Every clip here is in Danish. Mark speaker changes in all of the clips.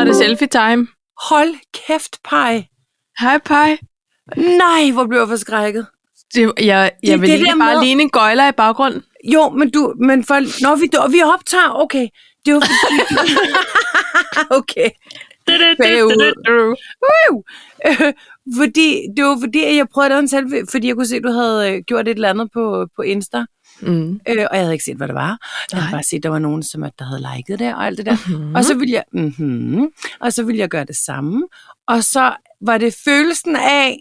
Speaker 1: er det selfie time.
Speaker 2: Hold kæft, pej.
Speaker 1: Hej, Pai.
Speaker 2: Nej, hvor blev jeg forskrækket.
Speaker 1: Det, jeg jeg
Speaker 2: Det-
Speaker 1: det, vil
Speaker 2: det
Speaker 1: det ikke
Speaker 2: der
Speaker 1: bare
Speaker 2: med-
Speaker 1: ligne en gøjler i baggrunden.
Speaker 2: Jo, men du, men for, når vi, og vi optager, okay. Det var fordi... okay. Woo! Øh, fordi, det var fordi, at jeg prøvede at lave en selfie, fordi jeg kunne se, at du havde øh, gjort et eller andet på, på Insta,
Speaker 1: Mm.
Speaker 2: øh, og jeg havde ikke set, hvad det var. Jeg havde
Speaker 1: Nej. Mhm.
Speaker 2: bare set, at der var nogen, som at der havde liket det og alt det der. Og så ville jeg, mm-hmm, og så ville jeg gøre det samme. Og så var det følelsen af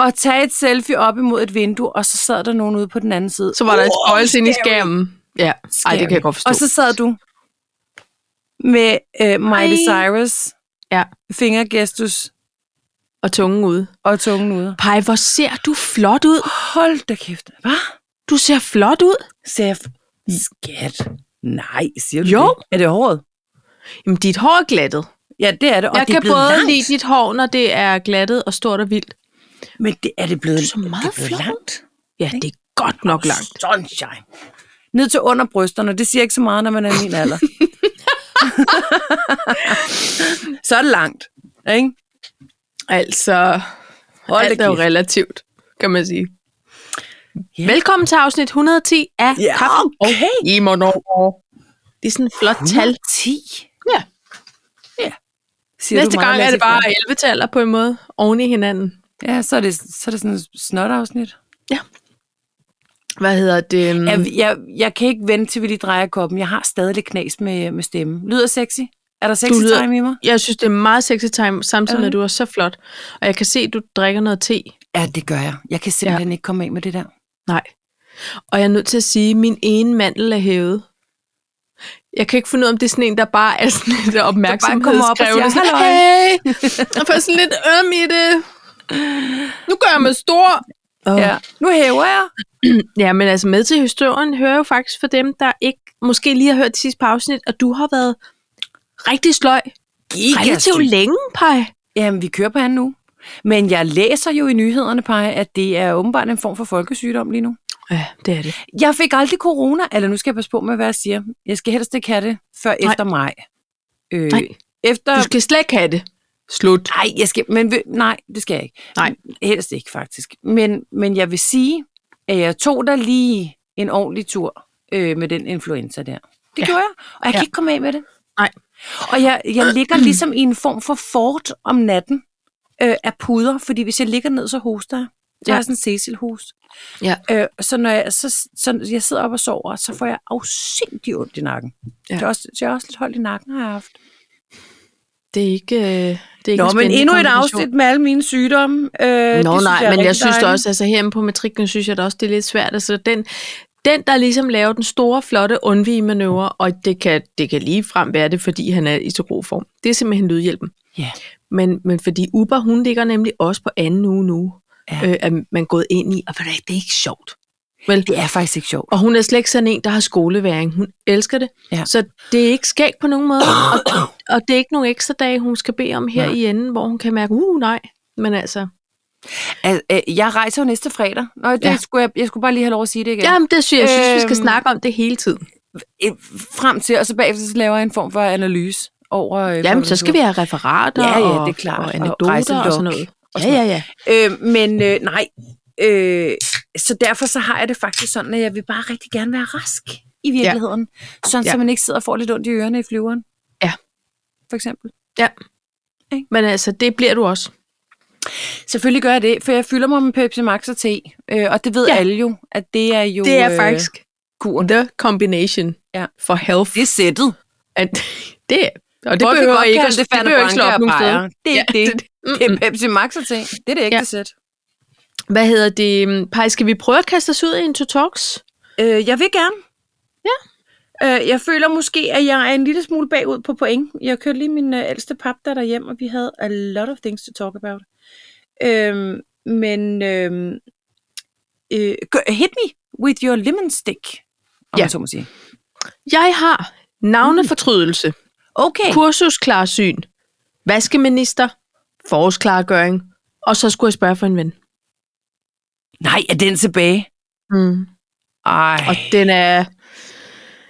Speaker 2: at tage et selfie op imod et vindue, og så sad der nogen ude på den anden side.
Speaker 1: Så var der et
Speaker 2: Wow,
Speaker 1: spøjelse inde i
Speaker 2: scary.
Speaker 1: skærmen. Ja, Ej, det kan jeg godt forstå.
Speaker 2: Og så sad du med øh, Miley Cyrus,
Speaker 1: Ja.
Speaker 2: fingergestus
Speaker 1: og tungen ude.
Speaker 2: og tungen ude.
Speaker 1: Pej, hvor ser du flot ud.
Speaker 2: Hold da kæft. Hvad?
Speaker 1: Du ser flot ud.
Speaker 2: Sagde jeg, skat. Nej, siger du
Speaker 1: Mm. Jo.
Speaker 2: det? Er det håret?
Speaker 1: Jamen, dit hår er glattet.
Speaker 2: Ja, det er det. Og
Speaker 1: jeg
Speaker 2: det er
Speaker 1: kan
Speaker 2: blevet
Speaker 1: både
Speaker 2: langt.
Speaker 1: lide dit hår, når det er glattet og stort og vildt.
Speaker 2: Men det, er det blevet,
Speaker 1: Du så meget
Speaker 2: det er blevet
Speaker 1: flot ud.
Speaker 2: langt?
Speaker 1: Ja, det er godt nok langt.
Speaker 2: Sunshine. Ned til under brysterne. Det siger ikke så meget, når man er i min alder. så er det langt. Ikke?
Speaker 1: Altså,
Speaker 2: Hold
Speaker 1: alt
Speaker 2: da
Speaker 1: er jo
Speaker 2: kæft.
Speaker 1: relativt, kan man sige.
Speaker 2: Ja.
Speaker 1: Yeah. Velkommen til afsnit 110 af
Speaker 2: Ja,
Speaker 1: Kaffen og
Speaker 2: okay.
Speaker 1: Timerne. Det er sådan et flot tal.
Speaker 2: 10.
Speaker 1: Ja.
Speaker 2: Siger
Speaker 1: Næste
Speaker 2: du meget,
Speaker 1: gang er
Speaker 2: Lasse
Speaker 1: det bare
Speaker 2: Frank?
Speaker 1: 11-taller på en måde, oven i hinanden.
Speaker 2: Ja, så er det, så er det sådan et snot-afsnit.
Speaker 1: Hvad hedder det?
Speaker 2: Mm. Jeg, jeg, jeg kan ikke vente, til vi lige drejer koppen. Jeg har stadig lidt knas med, med stemmen. Lyder sexy? Er der sexy
Speaker 1: lyder-
Speaker 2: time i mig?
Speaker 1: Jeg synes, det er meget sexy time, samtidig
Speaker 2: Ja.
Speaker 1: med, at du er så flot. Og jeg kan se, at du drikker noget te.
Speaker 2: Ja, det gør jeg. Jeg kan simpelthen ja. ikke komme af med det der.
Speaker 1: Nej. Og jeg er nødt til at sige, at min ene mandel er hævet. Jeg kan ikke finde ud af, om det er sådan en, der bare er sådan lidt
Speaker 2: kommer op
Speaker 1: opmærksomhedskrævende.
Speaker 2: og siger,
Speaker 1: Sådan, hey! Jeg får sådan lidt øm i det. Nu gør jeg mig stor. Oh.
Speaker 2: Ja. Nu hæver jeg.
Speaker 1: ja, men altså med til historien hører jo faktisk for dem, der ikke måske lige har hørt det sidste par afsnit, og du har været rigtig sløj. Relativt længe, Paj.
Speaker 2: Jamen, vi kører på anden nu. Men jeg læser jo i nyhederne, Paj, at det er åbenbart en form for folkesygdom lige nu.
Speaker 1: Ja, det er det.
Speaker 2: Jeg fik aldrig corona, eller nu skal jeg passe på med, hvad jeg siger. Jeg skal helst ikke have det før Nej. efter maj. Øh,
Speaker 1: Nej.
Speaker 2: Efter...
Speaker 1: Du skal slet ikke have det. Slut.
Speaker 2: Nej, jeg skal, men ved- nej, det skal jeg ikke.
Speaker 1: Nej.
Speaker 2: Helst ikke, faktisk. Men, men jeg vil sige, at jeg tog der lige en ordentlig tur øh, med den influenza der. Det ja.
Speaker 1: Ja.
Speaker 2: gjorde jeg, og jeg ja.
Speaker 1: Ja.
Speaker 2: kan ikke komme af med det.
Speaker 1: Nej.
Speaker 2: Og jeg, jeg ligger ligesom i en form for fort om natten øh, af puder, fordi hvis jeg ligger ned, så hoster jeg. Så ja.
Speaker 1: Ja.
Speaker 2: har jeg sådan en Cecil-hus.
Speaker 1: Ja.
Speaker 2: Øh, så når jeg, så, så jeg sidder op og sover, så får jeg afsindig ondt i nakken. Ja.
Speaker 1: Ja.
Speaker 2: Det er også, så jeg har også lidt hold i nakken, har jeg haft.
Speaker 1: Det er ikke, øh, det er ikke
Speaker 2: Nå,
Speaker 1: en
Speaker 2: men
Speaker 1: spændende
Speaker 2: endnu et
Speaker 1: kombination.
Speaker 2: afsnit med alle mine sygdomme. Øh, det
Speaker 1: Nå
Speaker 2: synes
Speaker 1: nej,
Speaker 2: er
Speaker 1: men jeg
Speaker 2: rigtig
Speaker 1: synes da
Speaker 2: dejligt.
Speaker 1: også, altså herhjemme på matriklen, synes jeg da også, det er lidt svært. Altså den, den der ligesom laver den store, flotte undvige-manøvre, og det kan, det kan lige frem være det, fordi han er i så god form. Det er simpelthen lydhjælpen.
Speaker 2: Ja.
Speaker 1: Men, men fordi Uber, hun ligger nemlig også på anden uge nu,
Speaker 2: Ja.
Speaker 1: ja. øh, at man er gået ind i, og ved du hvad, det er ikke sjovt. Vel?
Speaker 2: Det er faktisk ikke sjovt.
Speaker 1: Og hun er slet ikke sådan en, der har skoleværing. Hun elsker det.
Speaker 2: Ja.
Speaker 1: Så det er ikke skæg på nogen måde. Og, og det er ikke nogen ekstra dage, hun skal bede om her
Speaker 2: Nej.
Speaker 1: nej. i enden, hvor hun kan mærke, uh nej. Men altså,
Speaker 2: Al- øh, jeg rejser jo næste fredag. Nå, det ja.
Speaker 1: Ja.
Speaker 2: skulle jeg, jeg skulle bare lige have lov at sige det igen.
Speaker 1: ja. jamen det synes jeg, synes, vi skal
Speaker 2: Øhm.
Speaker 1: snakke om det hele tiden.
Speaker 2: Øh, Frem til, og så bagefter så laver jeg en form for analyse over... Øh,
Speaker 1: Jamen, så skal vi have referater
Speaker 2: Ja, ja,
Speaker 1: og-
Speaker 2: det er klart.
Speaker 1: og
Speaker 2: Og
Speaker 1: anekdoter og,
Speaker 2: rejselog
Speaker 1: sådan noget.
Speaker 2: og
Speaker 1: Ja,
Speaker 2: sådan
Speaker 1: ja, ja.
Speaker 2: Øh, men øh, nej, øh, så derfor så har jeg det faktisk sådan, at jeg vil bare rigtig gerne være rask i virkeligheden. Ja. Sådan, ja. så
Speaker 1: Ja.
Speaker 2: man ikke sidder og får lidt ondt i ørerne i flyveren.
Speaker 1: Ja.
Speaker 2: For eksempel.
Speaker 1: Men altså, det bliver du også.
Speaker 2: Selvfølgelig gør jeg det, for jeg fylder mig med Pepsi Max og te. Øh, og det ved ja.
Speaker 1: Ja.
Speaker 2: alle jo, at det er jo...
Speaker 1: Det er
Speaker 2: øh,
Speaker 1: faktisk kuren. The combination
Speaker 2: Ja.
Speaker 1: for health.
Speaker 2: Det er sættet.
Speaker 1: And, det, og det
Speaker 2: Folk kan
Speaker 1: behøver
Speaker 2: godt
Speaker 1: ikke
Speaker 2: kalde
Speaker 1: at,
Speaker 2: det
Speaker 1: det
Speaker 2: Fanna
Speaker 1: behøver ikke slå
Speaker 2: Branca
Speaker 1: op nogen
Speaker 2: og
Speaker 1: steder.
Speaker 2: Bayer. Det er ikke det. Det
Speaker 1: Mm,
Speaker 2: er
Speaker 1: mm.
Speaker 2: Pepsi Max og ting. Det er det ægte ja.
Speaker 1: Ja.
Speaker 2: sæt.
Speaker 1: Hvad hedder det? Pej, skal vi prøve at kaste os ud i en to talks?
Speaker 2: Øh, jeg vil gerne. Ja. Øh, jeg føler måske, at jeg er en lille smule bagud på point. Jeg kørte lige min øh, ældste papdatter hjem, og vi havde a lot of things to talk about. Øh, men øh, øh, go- hit me with your lemon stick, om
Speaker 1: Ja.
Speaker 2: man så må sige.
Speaker 1: Jeg har navnefortrydelse,
Speaker 2: Okay.
Speaker 1: kursusklarsyn, vaskeminister, forårsklargøring, og så skulle jeg spørge for en ven.
Speaker 2: Nej, er den tilbage?
Speaker 1: Mm.
Speaker 2: Ej.
Speaker 1: Og den er...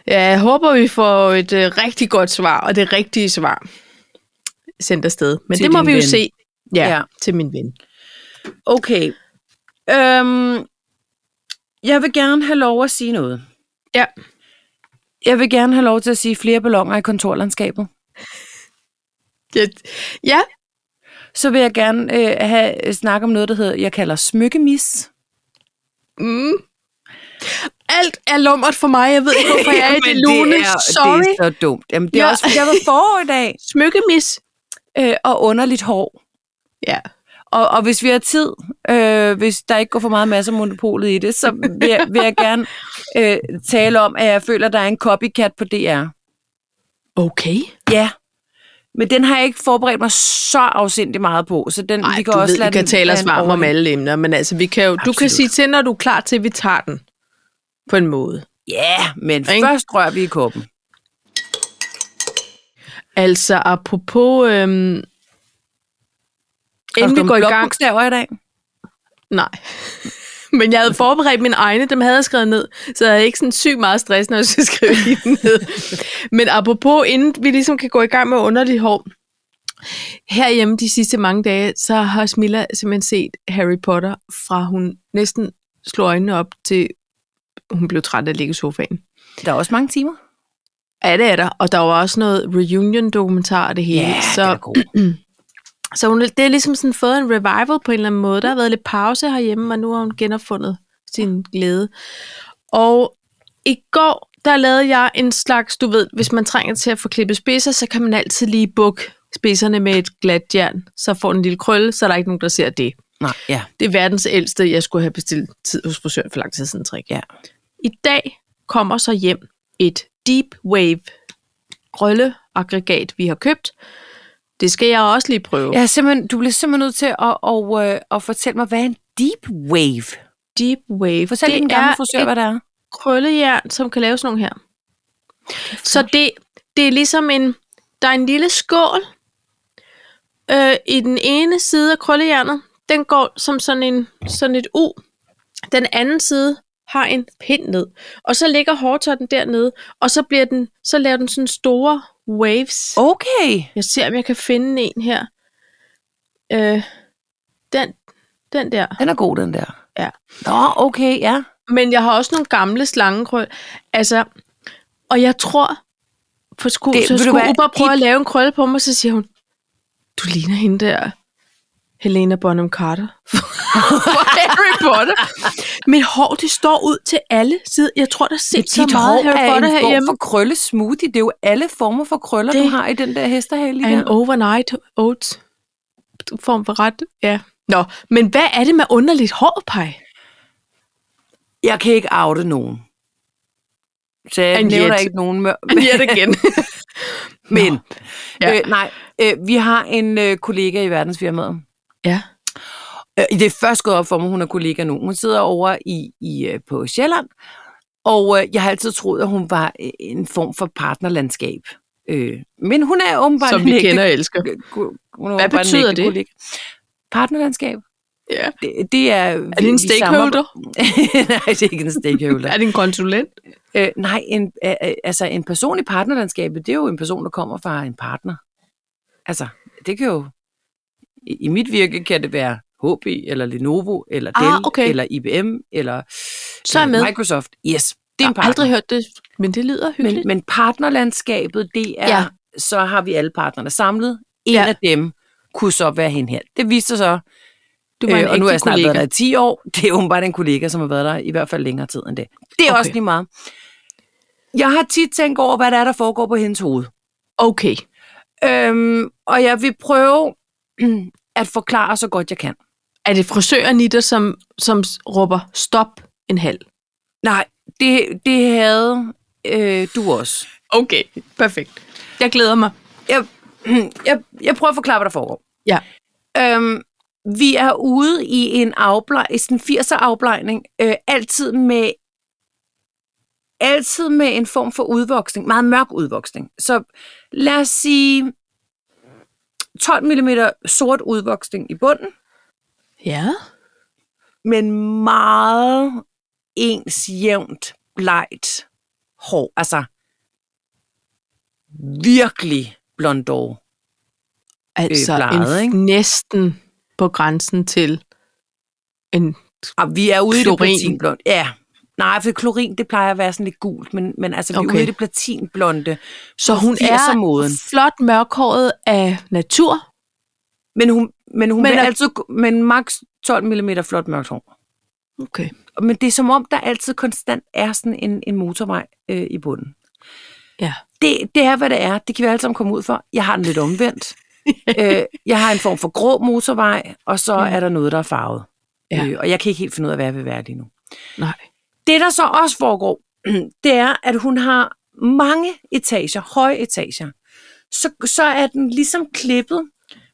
Speaker 1: Ja, jeg håber, vi får et øh, rigtig godt svar, og det rigtige svar. sendt afsted. Men
Speaker 2: Til
Speaker 1: det må
Speaker 2: din
Speaker 1: vi jo
Speaker 2: ven.
Speaker 1: se. Ja,
Speaker 2: Ja.
Speaker 1: ja, til min ven.
Speaker 2: Okay. Øhm, jeg vil gerne have lov at sige noget.
Speaker 1: Ja.
Speaker 2: Jeg vil gerne have lov til at sige flere ballonger i kontorlandskabet.
Speaker 1: Ja, ja.
Speaker 2: Så vil jeg gerne øh, have snak om noget, der hedder, jeg kalder smykkemis.
Speaker 1: Mm. Alt er lummert for mig. Jeg ved ikke, hvorfor jeg er i det lune. Sorry.
Speaker 2: Det er så dumt. Jamen, det er ja.
Speaker 1: Ja.
Speaker 2: også, fordi jeg var forår i dag.
Speaker 1: Smykkemis.
Speaker 2: Øh, og underligt hår.
Speaker 1: Ja.
Speaker 2: Og, og hvis vi har tid, øh, hvis der ikke går for meget masse monopolet i det, så vil jeg, vil jeg gerne øh, tale om, at jeg føler, at der er en copycat på DR.
Speaker 1: Okay.
Speaker 2: Ja. Men den har jeg ikke forberedt mig så afsindig meget på, så den,
Speaker 1: Nej,
Speaker 2: vi kan
Speaker 1: du
Speaker 2: også
Speaker 1: ved,
Speaker 2: lade
Speaker 1: vi kan
Speaker 2: den,
Speaker 1: tale
Speaker 2: lade
Speaker 1: os
Speaker 2: den
Speaker 1: varm om
Speaker 2: overhænge.
Speaker 1: alle emner, men altså, vi kan jo, du kan
Speaker 2: Absolut.
Speaker 1: sige til, når du er klar til, at vi tager den. På en måde.
Speaker 2: Ja, men
Speaker 1: Ikke?
Speaker 2: først rører vi i koppen.
Speaker 1: Altså, apropos... Øhm, inden vi går i gang...
Speaker 2: Bogstaver i dag.
Speaker 1: Nej. Men jeg havde forberedt mine egne, dem havde jeg skrevet ned, så jeg havde ikke sådan sygt meget stress, når jeg skulle skrive lige dem ned. Men apropos, inden vi ligesom kan gå i gang med underligt hår, herhjemme de sidste mange dage, så har Smilla simpelthen set Harry Potter, fra hun næsten slår øjnene op til, hun blev træt af at ligge i sofaen.
Speaker 2: Der er også mange timer.
Speaker 1: Ja, det er der, og der var også noget reunion-dokumentar og det hele.
Speaker 2: den
Speaker 1: så
Speaker 2: er god.
Speaker 1: så hun, det er ligesom sådan fået en revival på en eller anden måde. Der har været lidt pause herhjemme, og nu har hun genopfundet sin glæde. Og i går, der lavede jeg en slags, du ved, hvis man trænger til at få klippet spidser, så kan man altid lige bukke spidserne med et glat jern, så får den en lille krølle, så er der ikke nogen, der ser det.
Speaker 2: Nej, ja.
Speaker 1: Det er verdens ældste, jeg skulle have bestilt tid hos frisøren for lang tid siden trick.
Speaker 2: Ja.
Speaker 1: I dag kommer så hjem et Deep Wave krølleaggregat, vi har købt. Det skal jeg også lige prøve.
Speaker 2: Jeg er simpelthen, du bliver simpelthen nødt til at, og, øh, at fortælle mig, hvad er en deep wave?
Speaker 1: Deep Wave.
Speaker 2: Fortæl
Speaker 1: det
Speaker 2: din gamle frisør,
Speaker 1: er
Speaker 2: hvad det er.
Speaker 1: et krøllejern, som kan lave sådan nogle her. Så det, det er ligesom en... Der er en lille skål øh, i den ene side af krøllejernet. Den går som sådan, en, sådan et U. Den anden side har en pind ned. Og så ligger hårtotten dernede, og så, bliver den, så laver den sådan store waves.
Speaker 2: Okay.
Speaker 1: Jeg ser, om jeg kan finde en her. Øh, den, den der.
Speaker 2: Den er god, den der.
Speaker 1: Ja.
Speaker 2: Nå, okay, ja.
Speaker 1: Men jeg har også nogle gamle slangekrøl. Altså, og jeg tror, på sku,
Speaker 2: Det-
Speaker 1: det, så
Speaker 2: ved du
Speaker 1: skulle
Speaker 2: hvad,
Speaker 1: Uber prøve
Speaker 2: dit-
Speaker 1: at lave en krølle på mig, så siger hun, du ligner hende der, Helena Bonham Carter. For Harry Potter. Mit hår, det står ud til alle sider. Jeg tror, der sidder så
Speaker 2: Dit hår
Speaker 1: meget Harry
Speaker 2: er
Speaker 1: Potter
Speaker 2: en form
Speaker 1: herhjemme.
Speaker 2: for krølle smoothie. Det er jo alle former for krøller,
Speaker 1: Det
Speaker 2: du har i den der hestehale.
Speaker 1: Er
Speaker 2: der.
Speaker 1: en overnight oats form for ret. Ja. Nå, men hvad er det med underligt hårpej?
Speaker 2: Jeg kan ikke oute nogen. Så jeg
Speaker 1: And
Speaker 2: nævner
Speaker 1: yet.
Speaker 2: ikke nogen. mør-
Speaker 1: Ja, det igen.
Speaker 2: Men,
Speaker 1: Nå.
Speaker 2: ja.
Speaker 1: Ja.
Speaker 2: øh, nej, øh, vi har en øh, kollega i verdensfirmaet.
Speaker 1: Ja.
Speaker 2: Øh, det er først gået op for mig, hun er kollega nu. Hun sidder over i, i øh, på Sjælland, og øh, jeg har altid troet, at hun var øh, en form for partnerlandskab. Øh, men hun er åbenbart
Speaker 1: Som
Speaker 2: en
Speaker 1: vi
Speaker 2: ægte-
Speaker 1: kender og elsker.
Speaker 2: Hun er
Speaker 1: Hvad
Speaker 2: åbenbart en
Speaker 1: betyder
Speaker 2: ægte
Speaker 1: det?
Speaker 2: Kollega. Partnerlandskab,
Speaker 1: Ja.
Speaker 2: det, det er...
Speaker 1: Er det en stakeholder?
Speaker 2: nej, det er ikke en stakeholder.
Speaker 1: Er det en konsulent?
Speaker 2: Øh, nej, en, øh, øh, altså en person i partnerlandskabet, det er jo en person, der kommer fra en partner. Altså, det kan jo... I, i mit virke kan det være HB, eller Lenovo, eller
Speaker 1: Ah,
Speaker 2: Dell,
Speaker 1: okay.
Speaker 2: eller IBM, eller
Speaker 1: Så er jeg
Speaker 2: øh,
Speaker 1: med.
Speaker 2: Microsoft. Yes, det er
Speaker 1: Jeg
Speaker 2: en
Speaker 1: har
Speaker 2: partner.
Speaker 1: aldrig hørt det, men det lyder hyggeligt.
Speaker 2: men, men partnerlandskabet, det er... Ja.
Speaker 1: Ja.
Speaker 2: Så har vi alle partnerne samlet. En ja.
Speaker 1: Ja.
Speaker 2: af dem kunne så være hende her. Det viste sig så,
Speaker 1: du
Speaker 2: øh, og nu har jeg snart været der i 10 år. Det er åbenbart en kollega, som har været der i hvert fald længere tid end det. Det er okay.
Speaker 1: Okay.
Speaker 2: også lige meget. Jeg har tit tænkt over, hvad der er, der foregår på hendes hoved.
Speaker 1: Okay,
Speaker 2: Øhm, og jeg vil prøve at forklare så godt jeg kan.
Speaker 1: er det frisøren i dig, som, som s- råber stop en halv?
Speaker 2: Nej, det, det havde øh, du også.
Speaker 1: Okay, perfekt. Jeg glæder mig.
Speaker 2: Jeg, jeg, jeg prøver at forklare, hvad der foregår.
Speaker 1: Ja.
Speaker 2: Øhm, vi er ude i en afblej, i sådan en 80'er afblejning, øh, altid med altid med en form for udvoksning, meget mørk udvoksning. Så lad os sige 12 mm sort udvoksning i bunden,
Speaker 1: Ja.
Speaker 2: men meget ens jævnt blegt hår. Altså virkelig blondår.
Speaker 1: Altså øh,
Speaker 2: plejet,
Speaker 1: en,
Speaker 2: ikke?
Speaker 1: næsten på grænsen til en...
Speaker 2: Og Ah, vi er ude klorin. i
Speaker 1: Klorin.
Speaker 2: det platinblonde. Ja. Nej, for klorin, det plejer at være sådan lidt gult, men, men altså, vi okay. er
Speaker 1: Okay.
Speaker 2: ude i det platinblonde.
Speaker 1: Så hun er
Speaker 2: 80'er-moden.
Speaker 1: flot mørkhåret af natur,
Speaker 2: Men hun, men hun men
Speaker 1: Men
Speaker 2: vil
Speaker 1: er-
Speaker 2: altid, gå- men max 12 mm flot mørkt hår.
Speaker 1: Okay.
Speaker 2: Men det er som om, der altid konstant er sådan en, en motorvej øh, i bunden.
Speaker 1: Ja.
Speaker 2: Det, det er, hvad det er. Det kan vi alle sammen komme ud for. Jeg har den lidt omvendt. øh, jeg har en form for grå motorvej, og så
Speaker 1: Ja.
Speaker 2: er der noget, der er farvet.
Speaker 1: Ja.
Speaker 2: Øh, og jeg kan ikke helt finde ud af, hvad jeg vil være lige nu.
Speaker 1: Nej.
Speaker 2: Det, der så også foregår, det er, at hun har mange etager, høje etager. Så, så er den ligesom klippet.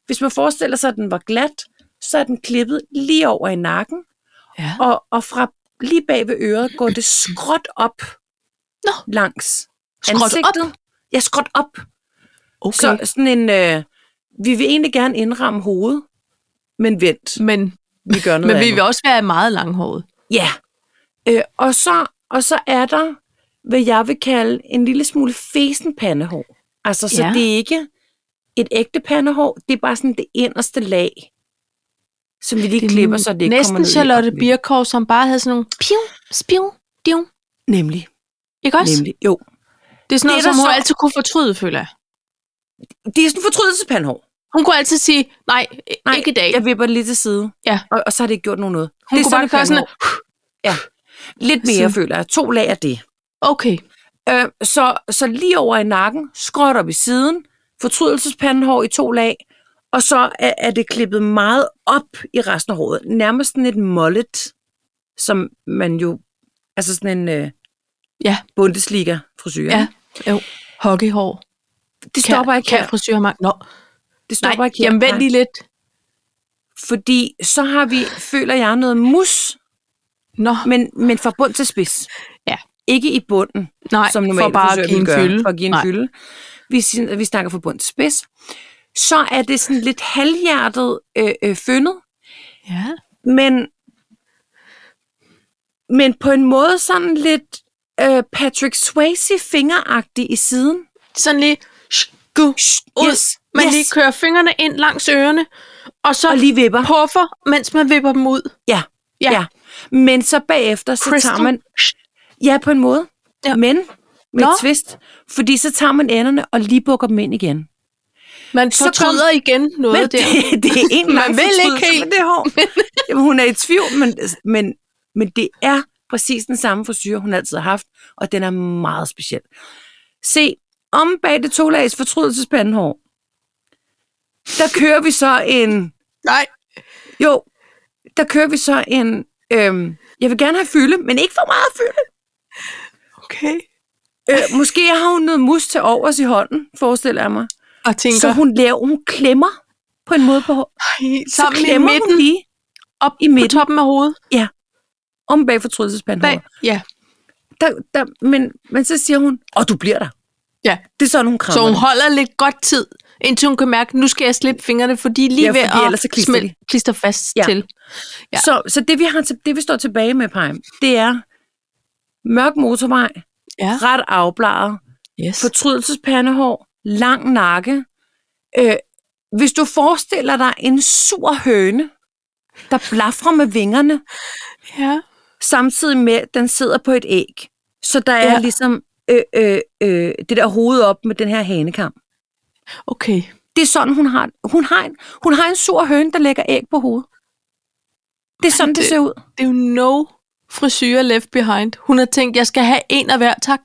Speaker 2: Hvis man forestiller sig, at den var glat, så er den klippet lige over i nakken,
Speaker 1: Ja.
Speaker 2: og, og fra lige bag ved øret går det skråt op
Speaker 1: Nå.
Speaker 2: langs
Speaker 1: Skråt op?
Speaker 2: ansigtet. Ja, skråt op.
Speaker 1: Okay.
Speaker 2: Så sådan en, øh, vi vil egentlig gerne indramme hovedet, men vent,
Speaker 1: men,
Speaker 2: vi gør noget
Speaker 1: men vi
Speaker 2: andet.
Speaker 1: vil også være meget langhåret.
Speaker 2: Ja. Øh, og, så, og så er der, hvad jeg vil kalde, en lille smule fesen pandehår. Altså, så
Speaker 1: Ja.
Speaker 2: det er ikke et ægte pandehår, det er bare sådan det inderste lag, som vi lige klipper, så det ikke kommer
Speaker 1: Næsten
Speaker 2: ned i
Speaker 1: Charlotte
Speaker 2: øjeblikket.
Speaker 1: Birkow, som bare havde sådan nogle piu, spiu, diu.
Speaker 2: Nemlig,
Speaker 1: Ikke også?
Speaker 2: nemlig, jo.
Speaker 1: Det er sådan noget,
Speaker 2: Det er
Speaker 1: som
Speaker 2: der
Speaker 1: hun
Speaker 2: så-
Speaker 1: altid kunne fortryde, føler jeg.
Speaker 2: Det er sådan en fortrydelsepandehår.
Speaker 1: Hun kunne altid sige, nej, nej
Speaker 2: Nej,
Speaker 1: ikke i dag.
Speaker 2: Jeg vipper lige til side,
Speaker 1: Ja.
Speaker 2: og, og så har det ikke gjort nogen noget.
Speaker 1: Hun
Speaker 2: det er
Speaker 1: kunne bare
Speaker 2: et
Speaker 1: gøre sådan,
Speaker 2: pandehår. Ja, lidt mere,
Speaker 1: Sådan.
Speaker 2: føler jeg. To lag af det.
Speaker 1: okay,
Speaker 2: Øh, så, så lige over i nakken, skråt op i siden, fortrydelsespandehår i to lag, og så er, er det klippet meget op i resten af håret. Nærmest sådan et mullet, som man jo... Altså sådan en øh,
Speaker 1: Ja.
Speaker 2: bundesliga frisyr.
Speaker 1: Ja. jo, hockeyhår.
Speaker 2: Det stopper ikke
Speaker 1: kan,
Speaker 2: her.
Speaker 1: Kan frisyrer mig. Nå,
Speaker 2: Det stopper
Speaker 1: nej,
Speaker 2: ikke her.
Speaker 1: jamen vent lige lidt.
Speaker 2: Fordi så har vi, føler jeg, noget mus,
Speaker 1: Nå,
Speaker 2: men, men fra bund til spids.
Speaker 1: Ja.
Speaker 2: Ikke i bunden.
Speaker 1: nej,
Speaker 2: som normalt
Speaker 1: for bare at give en fylde.
Speaker 2: For at give en
Speaker 1: nej.
Speaker 2: fylde. Vi, sin- vi snakker forbundet spids. Så er det sådan lidt halvhjertet øh, øh, fyndet,
Speaker 1: Ja.
Speaker 2: men, men på en måde sådan lidt øh, Patrick Swayze fingeragtig i siden.
Speaker 1: Sådan lige, sku, ud.
Speaker 2: Yes,
Speaker 1: Man
Speaker 2: yes.
Speaker 1: lige kører fingrene ind langs ørerne, og så
Speaker 2: og lige vipper.
Speaker 1: puffer, mens man vipper dem ud.
Speaker 2: Ja.
Speaker 1: Ja.
Speaker 2: ja. Men så bagefter, så
Speaker 1: Crystal.
Speaker 2: tager man... Ja, på en måde.
Speaker 1: Ja.
Speaker 2: Men med
Speaker 1: Nå.
Speaker 2: et twist. Fordi så tager man enderne og lige bukker dem ind igen.
Speaker 1: Man
Speaker 2: Så kom-
Speaker 1: fortryder igen noget
Speaker 2: Men
Speaker 1: der.
Speaker 2: det, det er en
Speaker 1: Man
Speaker 2: lang
Speaker 1: vil ikke
Speaker 2: fortrydelse
Speaker 1: helt.
Speaker 2: med det hår. Jamen, hun er i tvivl, men, men, men det er præcis den samme frisyr, hun altid har haft, og den er meget speciel. Se, om bag det to lags fortrydelsespandehår, der kører vi så en...
Speaker 1: Nej.
Speaker 2: Jo, der kører vi så en... Øhm, jeg vil gerne have fylde, men ikke for meget fylde.
Speaker 1: Okay.
Speaker 2: Øh, måske har hun noget mus til overs i hånden, forestiller jeg mig.
Speaker 1: Og tænker,
Speaker 2: Så hun laver, hun klemmer på en måde på hår.
Speaker 1: Ej,
Speaker 2: Så
Speaker 1: sammen i
Speaker 2: klemmer
Speaker 1: midten,
Speaker 2: hun lige
Speaker 1: op
Speaker 2: i
Speaker 1: på
Speaker 2: midten.
Speaker 1: toppen af hovedet.
Speaker 2: om bag fortrydelsespandehår.
Speaker 1: Bag. Ja,
Speaker 2: Der, der, men, men så siger hun, og du bliver der.
Speaker 1: Ja.
Speaker 2: Det er sådan, hun
Speaker 1: så
Speaker 2: krammer
Speaker 1: hun
Speaker 2: det.
Speaker 1: holder lidt godt tid, indtil hun kan mærke, nu skal jeg slippe fingrene, fordi lige
Speaker 2: Ja,
Speaker 1: ved
Speaker 2: fordi ellers
Speaker 1: at
Speaker 2: så klistrer
Speaker 1: smelte- klister fast
Speaker 2: Ja.
Speaker 1: ja. til. Ja.
Speaker 2: Så, så det, vi har til, det, vi står tilbage med, Pajm, det er mørk motorvej,
Speaker 1: Ja.
Speaker 2: ret afbladet,
Speaker 1: Yes.
Speaker 2: fortrydelsespandehår, lang nakke. Øh, hvis du forestiller dig en sur høne, der blafrer med vingerne,
Speaker 1: Ja.
Speaker 2: samtidig med, at den sidder på et æg. Så der er
Speaker 1: Ja.
Speaker 2: ligesom øh, øh, øh, det der hoved op med den her hanekam.
Speaker 1: Okay.
Speaker 2: Det er sådan, hun har, hun har, en, hun har en sur høne, der lægger æg på hovedet. Det er sådan, det, det
Speaker 1: det-
Speaker 2: ser ud.
Speaker 1: Det er jo no frisyrer left behind. Hun har tænkt, jeg skal have en af hver, tak.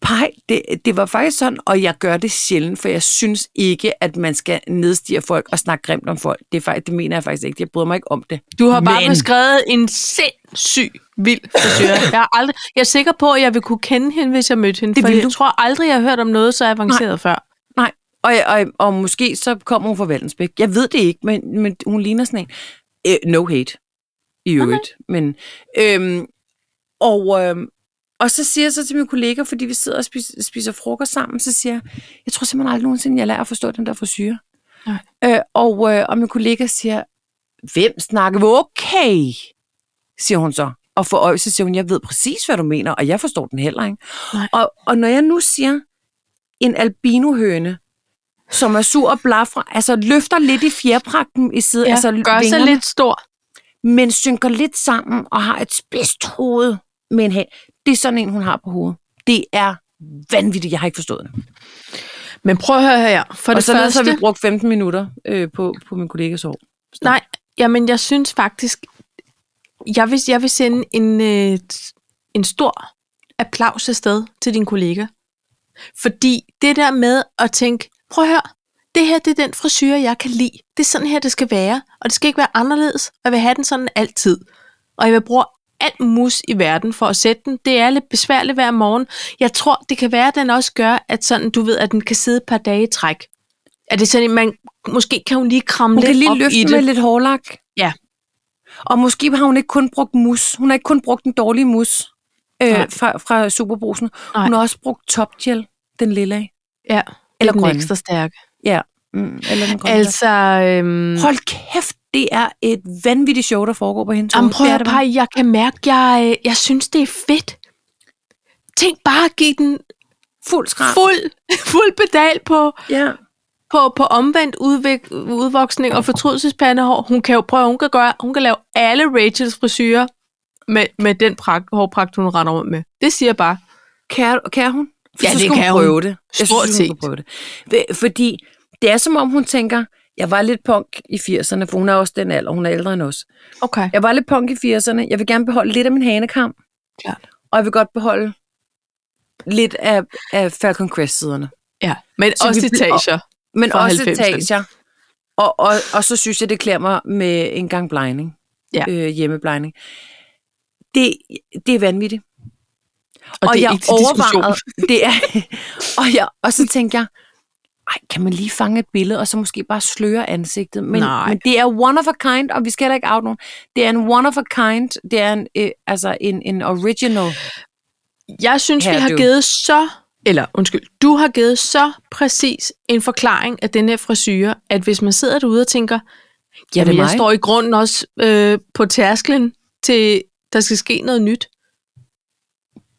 Speaker 2: Pej, det, det var faktisk sådan, og jeg gør det sjældent, for jeg synes ikke, at man skal nedstige folk og snakke grimt om folk. Det, er faktisk, det mener jeg faktisk ikke. Jeg bryder mig ikke om det.
Speaker 1: Du har bare
Speaker 2: Men-
Speaker 1: beskrevet en sindssyg vild frisør. Jeg er, aldrig, jeg er sikker på, at jeg vil kunne kende hende, hvis jeg mødte hende.
Speaker 2: Det
Speaker 1: for
Speaker 2: ville
Speaker 1: jeg
Speaker 2: du.
Speaker 1: tror aldrig, jeg har hørt om noget så avanceret før.
Speaker 2: Nej, og, og, og måske så kommer hun fra Valdensbæk. Jeg ved det ikke, men, men hun ligner sådan en. Øh, no hate, i øvrigt. Men, øhm, og, øhm, og så siger jeg så til mine kolleger, fordi vi sidder og spiser, spiser frokost sammen, så siger jeg, jeg tror simpelthen aldrig nogensinde, jeg lærer at forstå den der frisyr.
Speaker 1: Nej.
Speaker 2: Øh, og, øh, og min kollega siger, hvem snakker vi? Okay, siger hun så. Og for øje, så siger hun, jeg ved præcis, hvad du mener, og jeg forstår den heller ikke.
Speaker 1: Nej.
Speaker 2: Og, og når jeg nu siger, en albinohøne, som er sur og blaffer, altså løfter lidt i fjerpragten i siden, ja, altså
Speaker 1: gør
Speaker 2: vingerne,
Speaker 1: sig lidt stor.
Speaker 2: men synker lidt sammen og har et spidst hoved med en hand. Det er sådan en, hun har på hovedet. Det er vanvittigt, jeg har ikke forstået det.
Speaker 1: Men prøv at høre her. For
Speaker 2: Og
Speaker 1: det
Speaker 2: så
Speaker 1: første,
Speaker 2: har vi brugt 15 minutter øh, på, på min kollegas hår.
Speaker 1: Nej, jamen jeg synes faktisk, jeg vil, jeg vil sende en, øh, en stor applaus afsted til din kollega. Fordi det der med at tænke, prøv at høre, det her det er den frisyr, jeg kan lide. Det er sådan her, det skal være, og det skal ikke være anderledes, og jeg vil have den sådan altid. Og jeg vil bruge alt mus i verden for at sætte den. Det er lidt besværligt hver morgen. Jeg tror, det kan være, at den også gør, at sådan, du ved, at den kan sidde et par dage i træk. Er det sådan, at man måske kan hun lige kramme
Speaker 2: Hun
Speaker 1: lidt
Speaker 2: kan lige
Speaker 1: op i
Speaker 2: løfte
Speaker 1: det.
Speaker 2: med lidt hårlak.
Speaker 1: Ja.
Speaker 2: Og måske har hun ikke kun brugt mus. Hun har ikke kun brugt den dårlige mus øh,
Speaker 1: Nej.
Speaker 2: fra, fra Superbrusen.
Speaker 1: Nej.
Speaker 2: Hun har også brugt topgel, den lille af.
Speaker 1: Ja,
Speaker 2: Eller
Speaker 1: eller den
Speaker 2: grønne.
Speaker 1: ekstra stærke.
Speaker 2: Mm, eller den grønne.
Speaker 1: Altså, øhm,
Speaker 2: der. Hold kæft, det er et vanvittigt show, der foregår på hendes
Speaker 1: jamen,
Speaker 2: hoved.
Speaker 1: prøv
Speaker 2: Det er
Speaker 1: at
Speaker 2: det
Speaker 1: høre, Paj, jeg kan mærke, jeg, øh, jeg synes, det er fedt. Tænk bare at give den
Speaker 2: bare. fuld skrab.
Speaker 1: fuld, fuld pedal på,
Speaker 2: Ja.
Speaker 1: på, på omvendt udvik, udvoksning og fortrydelsespandehår. Hun kan jo prøve, hun kan gøre, hun kan lave alle Rachels frisyrer med, med den pragt, hårpragt, hun render rundt med. Det siger jeg bare.
Speaker 2: Kan, kan hun? For
Speaker 1: Ja,
Speaker 2: så
Speaker 1: det
Speaker 2: skal
Speaker 1: kan
Speaker 2: hun.
Speaker 1: hun.
Speaker 2: Prøve det. Jeg
Speaker 1: Stort
Speaker 2: synes, hun skal
Speaker 1: set.
Speaker 2: prøve det. Ved- Fordi det er som om, hun tænker, jeg var lidt punk i 80'erne, for hun er også den alder, hun er ældre end os.
Speaker 1: Okay.
Speaker 2: Jeg var lidt punk i 80'erne. Jeg vil gerne beholde lidt af min hanekam.
Speaker 1: Klart.
Speaker 2: Og jeg vil godt beholde lidt af, af Falcon Crest-siderne.
Speaker 1: Ja, men
Speaker 2: Så
Speaker 1: også
Speaker 2: vi bliver-
Speaker 1: etager.
Speaker 2: Men
Speaker 1: Fra
Speaker 2: også
Speaker 1: 90'erne.
Speaker 2: etager. Og, og, og så synes jeg, det klæder mig med en gang blinding.
Speaker 1: Ja.
Speaker 2: Øh, hjemmeblinding. Det, det er vanvittigt.
Speaker 1: Og, det er ikke til diskussion.
Speaker 2: det er, og, jeg, og så tænkte jeg, ej, kan man lige fange et billede, og så måske bare sløre ansigtet? Men,
Speaker 1: Nej.
Speaker 2: men det er one of a kind, og vi skal heller ikke out nogen. Det er en one of a kind, det er en, øh, altså en, en original.
Speaker 1: Jeg synes, vi
Speaker 2: Her,
Speaker 1: har
Speaker 2: du.
Speaker 1: givet så, eller undskyld, du har givet så præcis en forklaring af den her frisyre, at hvis man sidder derude og tænker, jamen jeg
Speaker 2: mig?"
Speaker 1: står i grunden også øh, på tærsklen til, der skal ske noget nyt,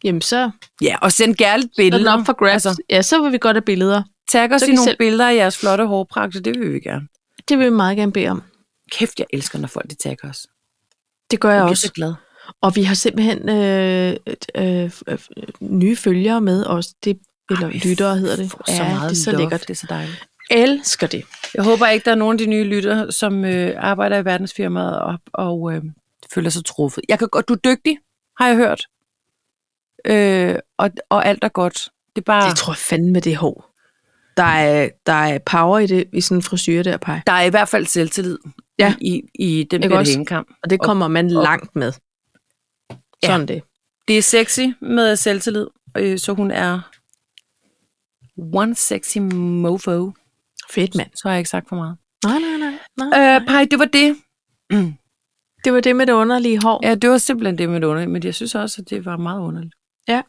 Speaker 1: jamen så
Speaker 2: Ja, og send gerne et
Speaker 1: er den
Speaker 2: billede.
Speaker 1: op for grabs.
Speaker 2: Altså.
Speaker 1: Altså. Ja, så vil vi godt have billeder.
Speaker 2: Tag os
Speaker 1: Så
Speaker 2: i
Speaker 1: kan I
Speaker 2: nogle
Speaker 1: selv-
Speaker 2: billeder af jeres flotte hårpragter, det vil vi gerne.
Speaker 1: Det vil vi meget gerne bede om.
Speaker 2: Kæft, jeg elsker, når folk de tagger os.
Speaker 1: Det gør jeg,
Speaker 2: Jeg
Speaker 1: jeg
Speaker 2: bliver
Speaker 1: også.
Speaker 2: så glad.
Speaker 1: Og vi har simpelthen øh, øh, øh, øh, nye følgere med os. Det, eller
Speaker 2: Ej, vi
Speaker 1: lyttere hedder det.
Speaker 2: får
Speaker 1: Ja,
Speaker 2: Så meget
Speaker 1: det er så
Speaker 2: love.
Speaker 1: lækkert.
Speaker 2: Det er så dejligt.
Speaker 1: Elsker det.
Speaker 2: Jeg håber ikke, der er nogen af de nye lytter, som øh, arbejder i verdensfirmaet og, og øh, føler sig truffet. Jeg kan godt, du er dygtig, har jeg hørt. Øh, og, og alt er godt. Det er bare,
Speaker 1: Det tror jeg fandme, det er hår. Der er, der er power i det, i sådan en frisyr der, Paj.
Speaker 2: der er i hvert fald selvtillid
Speaker 1: Ja.
Speaker 2: i, i, i den
Speaker 1: Ikke
Speaker 2: her
Speaker 1: også?
Speaker 2: hængekamp.
Speaker 1: Og det
Speaker 2: Og-
Speaker 1: kommer man
Speaker 2: og-
Speaker 1: langt med.
Speaker 2: Ja.
Speaker 1: Sådan det.
Speaker 2: Det er sexy med selvtillid, øh, så hun er one sexy mofo.
Speaker 1: Fedt, mand.
Speaker 2: Så har jeg ikke sagt for meget.
Speaker 1: Nej, nej, nej. nej.
Speaker 2: Øh, Paj, det var det.
Speaker 1: Det var det med det underlige hår.
Speaker 2: Ja, det var simpelthen det med det underligt, men jeg synes også, at det var meget underligt.
Speaker 1: Ja.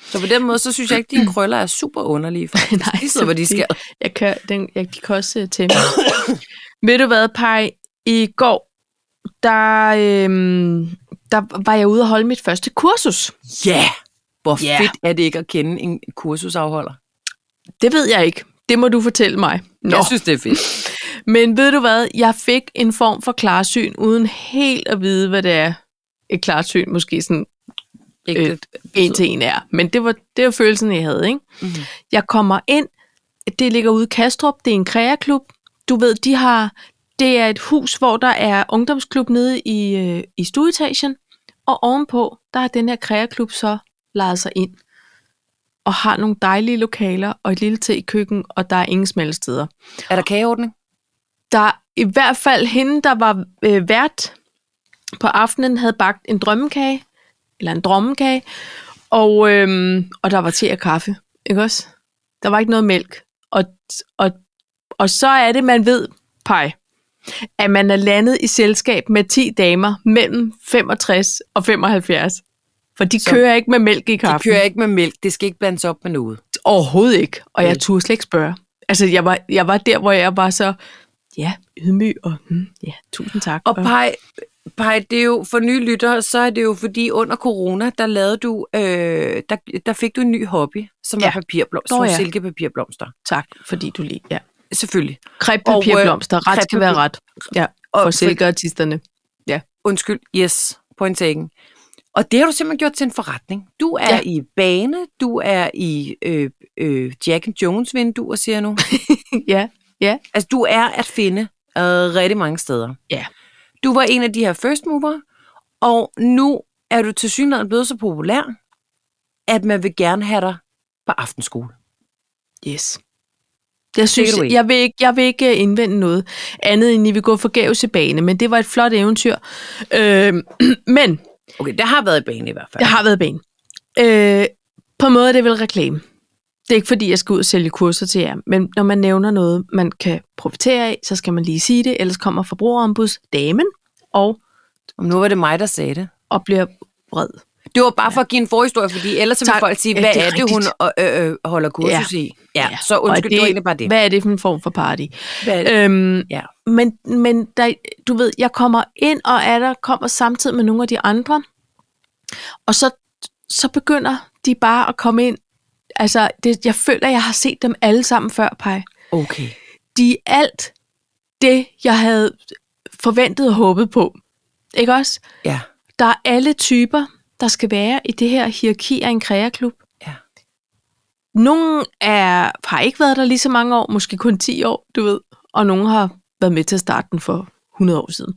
Speaker 2: Så på den måde, så synes jeg ikke, at dine krøller er super underlige. For
Speaker 1: nej,
Speaker 2: de sidder, hvor de skal.
Speaker 1: Jeg kan, den, jeg kan også øh, til. Ved du hvad, Paj? I går, der, øhm, der var jeg ude og holde mit første kursus.
Speaker 2: Ja! Yeah! Hvor
Speaker 1: Ja.
Speaker 2: yeah. fedt er det ikke at kende en kursusafholder?
Speaker 1: Det ved jeg ikke. Det må du fortælle mig. Nå.
Speaker 2: Jeg synes, det er fedt.
Speaker 1: Men ved du hvad, jeg fik en form for klarsyn, uden helt at vide, hvad det er. Et klarsyn måske sådan
Speaker 2: Ikke
Speaker 1: Øh,
Speaker 2: øh,
Speaker 1: en til en er. Men det var, det var følelsen, jeg havde. Ikke?
Speaker 2: Mhm.
Speaker 1: Jeg kommer ind, det ligger ude i Kastrup, det er en kreaklub. Du ved, de har, det er et hus, hvor der er ungdomsklub nede i, øh, i stueetagen, og ovenpå, der har den her kreaklub så lejet sig ind, og har nogle dejlige lokaler, og et lille te i køkken, og der er ingen smalle steder
Speaker 2: Er der kageordning?
Speaker 1: der i hvert fald hende, der var øh, vært på aftenen, havde bagt en drømmekage, eller en drømmekage, og, øhm, og der var te og kaffe, ikke også? Der var ikke noget mælk. Og, og, og så er det, man ved, pej, at man er landet i selskab med 10 damer mellem 65 og 75. For de
Speaker 2: Så-
Speaker 1: så, kører ikke med mælk i
Speaker 2: Det
Speaker 1: kaffen.
Speaker 2: kører ikke med mælk. Det skal ikke blandes op med noget.
Speaker 1: Overhovedet ikke. Og
Speaker 2: Nej.
Speaker 1: jeg turde slet ikke spørge. Altså, jeg var, jeg var der, hvor jeg var så, ja, ydmyg og, hmm, ja, tusind tak.
Speaker 2: Og Paj, Pej, det er jo for nye lyttere, så er det jo fordi under corona, der lavede du, øh, der, der fik du en ny hobby, som ja.
Speaker 1: Ja.
Speaker 2: var papirblomster,
Speaker 1: Nå
Speaker 2: oh,
Speaker 1: ja.
Speaker 2: ja. silkepapirblomster.
Speaker 1: Tak, fordi du lige... Ja.
Speaker 2: Selvfølgelig.
Speaker 1: Krebpapirblomster. Ret skal være ret. Ja,
Speaker 2: Og
Speaker 1: for silkeartisterne.
Speaker 2: undskyld, yes, point taken. Og det har du simpelthen gjort til en forretning. Du er ja.
Speaker 1: Ja.
Speaker 2: i bane, du er i øh, øh, Jack and Jones vinduer, siger jeg nu.
Speaker 1: Ja,
Speaker 2: Altså, du er at finde øh, rigtig mange steder.
Speaker 1: Ja.
Speaker 2: Du var en af de her first mover, og nu er du til synligheden blevet så populær, at man vil gerne have dig på aftenskole.
Speaker 1: yes. Jeg synes,
Speaker 2: away.
Speaker 1: jeg vil, ikke, jeg vil ikke øh, indvende noget andet, end I vil gå forgæves i bane, men det var et flot eventyr. Øh, men
Speaker 2: Okay, der har været i bane i hvert fald.
Speaker 1: Jeg har været i banen. Øh, på en måde er det vel reklame. Det er ikke fordi, jeg skal ud og sælge kurser til jer, men når man nævner noget, man kan profitere af, så skal man lige sige det, ellers kommer forbrugerombudsdamen og,
Speaker 2: Om nu var det mig, der sagde det.
Speaker 1: og bliver vred.
Speaker 2: Det var bare for at give en forhistorie, fordi ellers så vil
Speaker 1: Tak.
Speaker 2: folk sige,
Speaker 1: Ja,
Speaker 2: hvad
Speaker 1: det er
Speaker 2: er det, hun øh, øh, holder kursus ja. i? Ja, så
Speaker 1: og
Speaker 2: undskyld, det, det var egentlig bare det.
Speaker 1: Hvad er det for en form for party?
Speaker 2: Hvad, øh,
Speaker 1: Øhm,
Speaker 2: ja.
Speaker 1: men, men der, du ved, jeg kommer ind, og er der kommer samtidig med nogle af de andre, og så, så begynder de bare at komme ind. Altså, det, jeg føler, jeg har set dem alle sammen før, Paj.
Speaker 2: Okay.
Speaker 1: de er alt det, jeg havde forventet og håbet på. Ikke også?
Speaker 2: Ja.
Speaker 1: Der er alle typer, der skal være i det her hierarki af en kreaklub.
Speaker 2: Ja.
Speaker 1: Nogle er, har ikke været der lige så mange år, måske kun 10 år, du ved, og nogle har været med til at starte den for 100 år siden.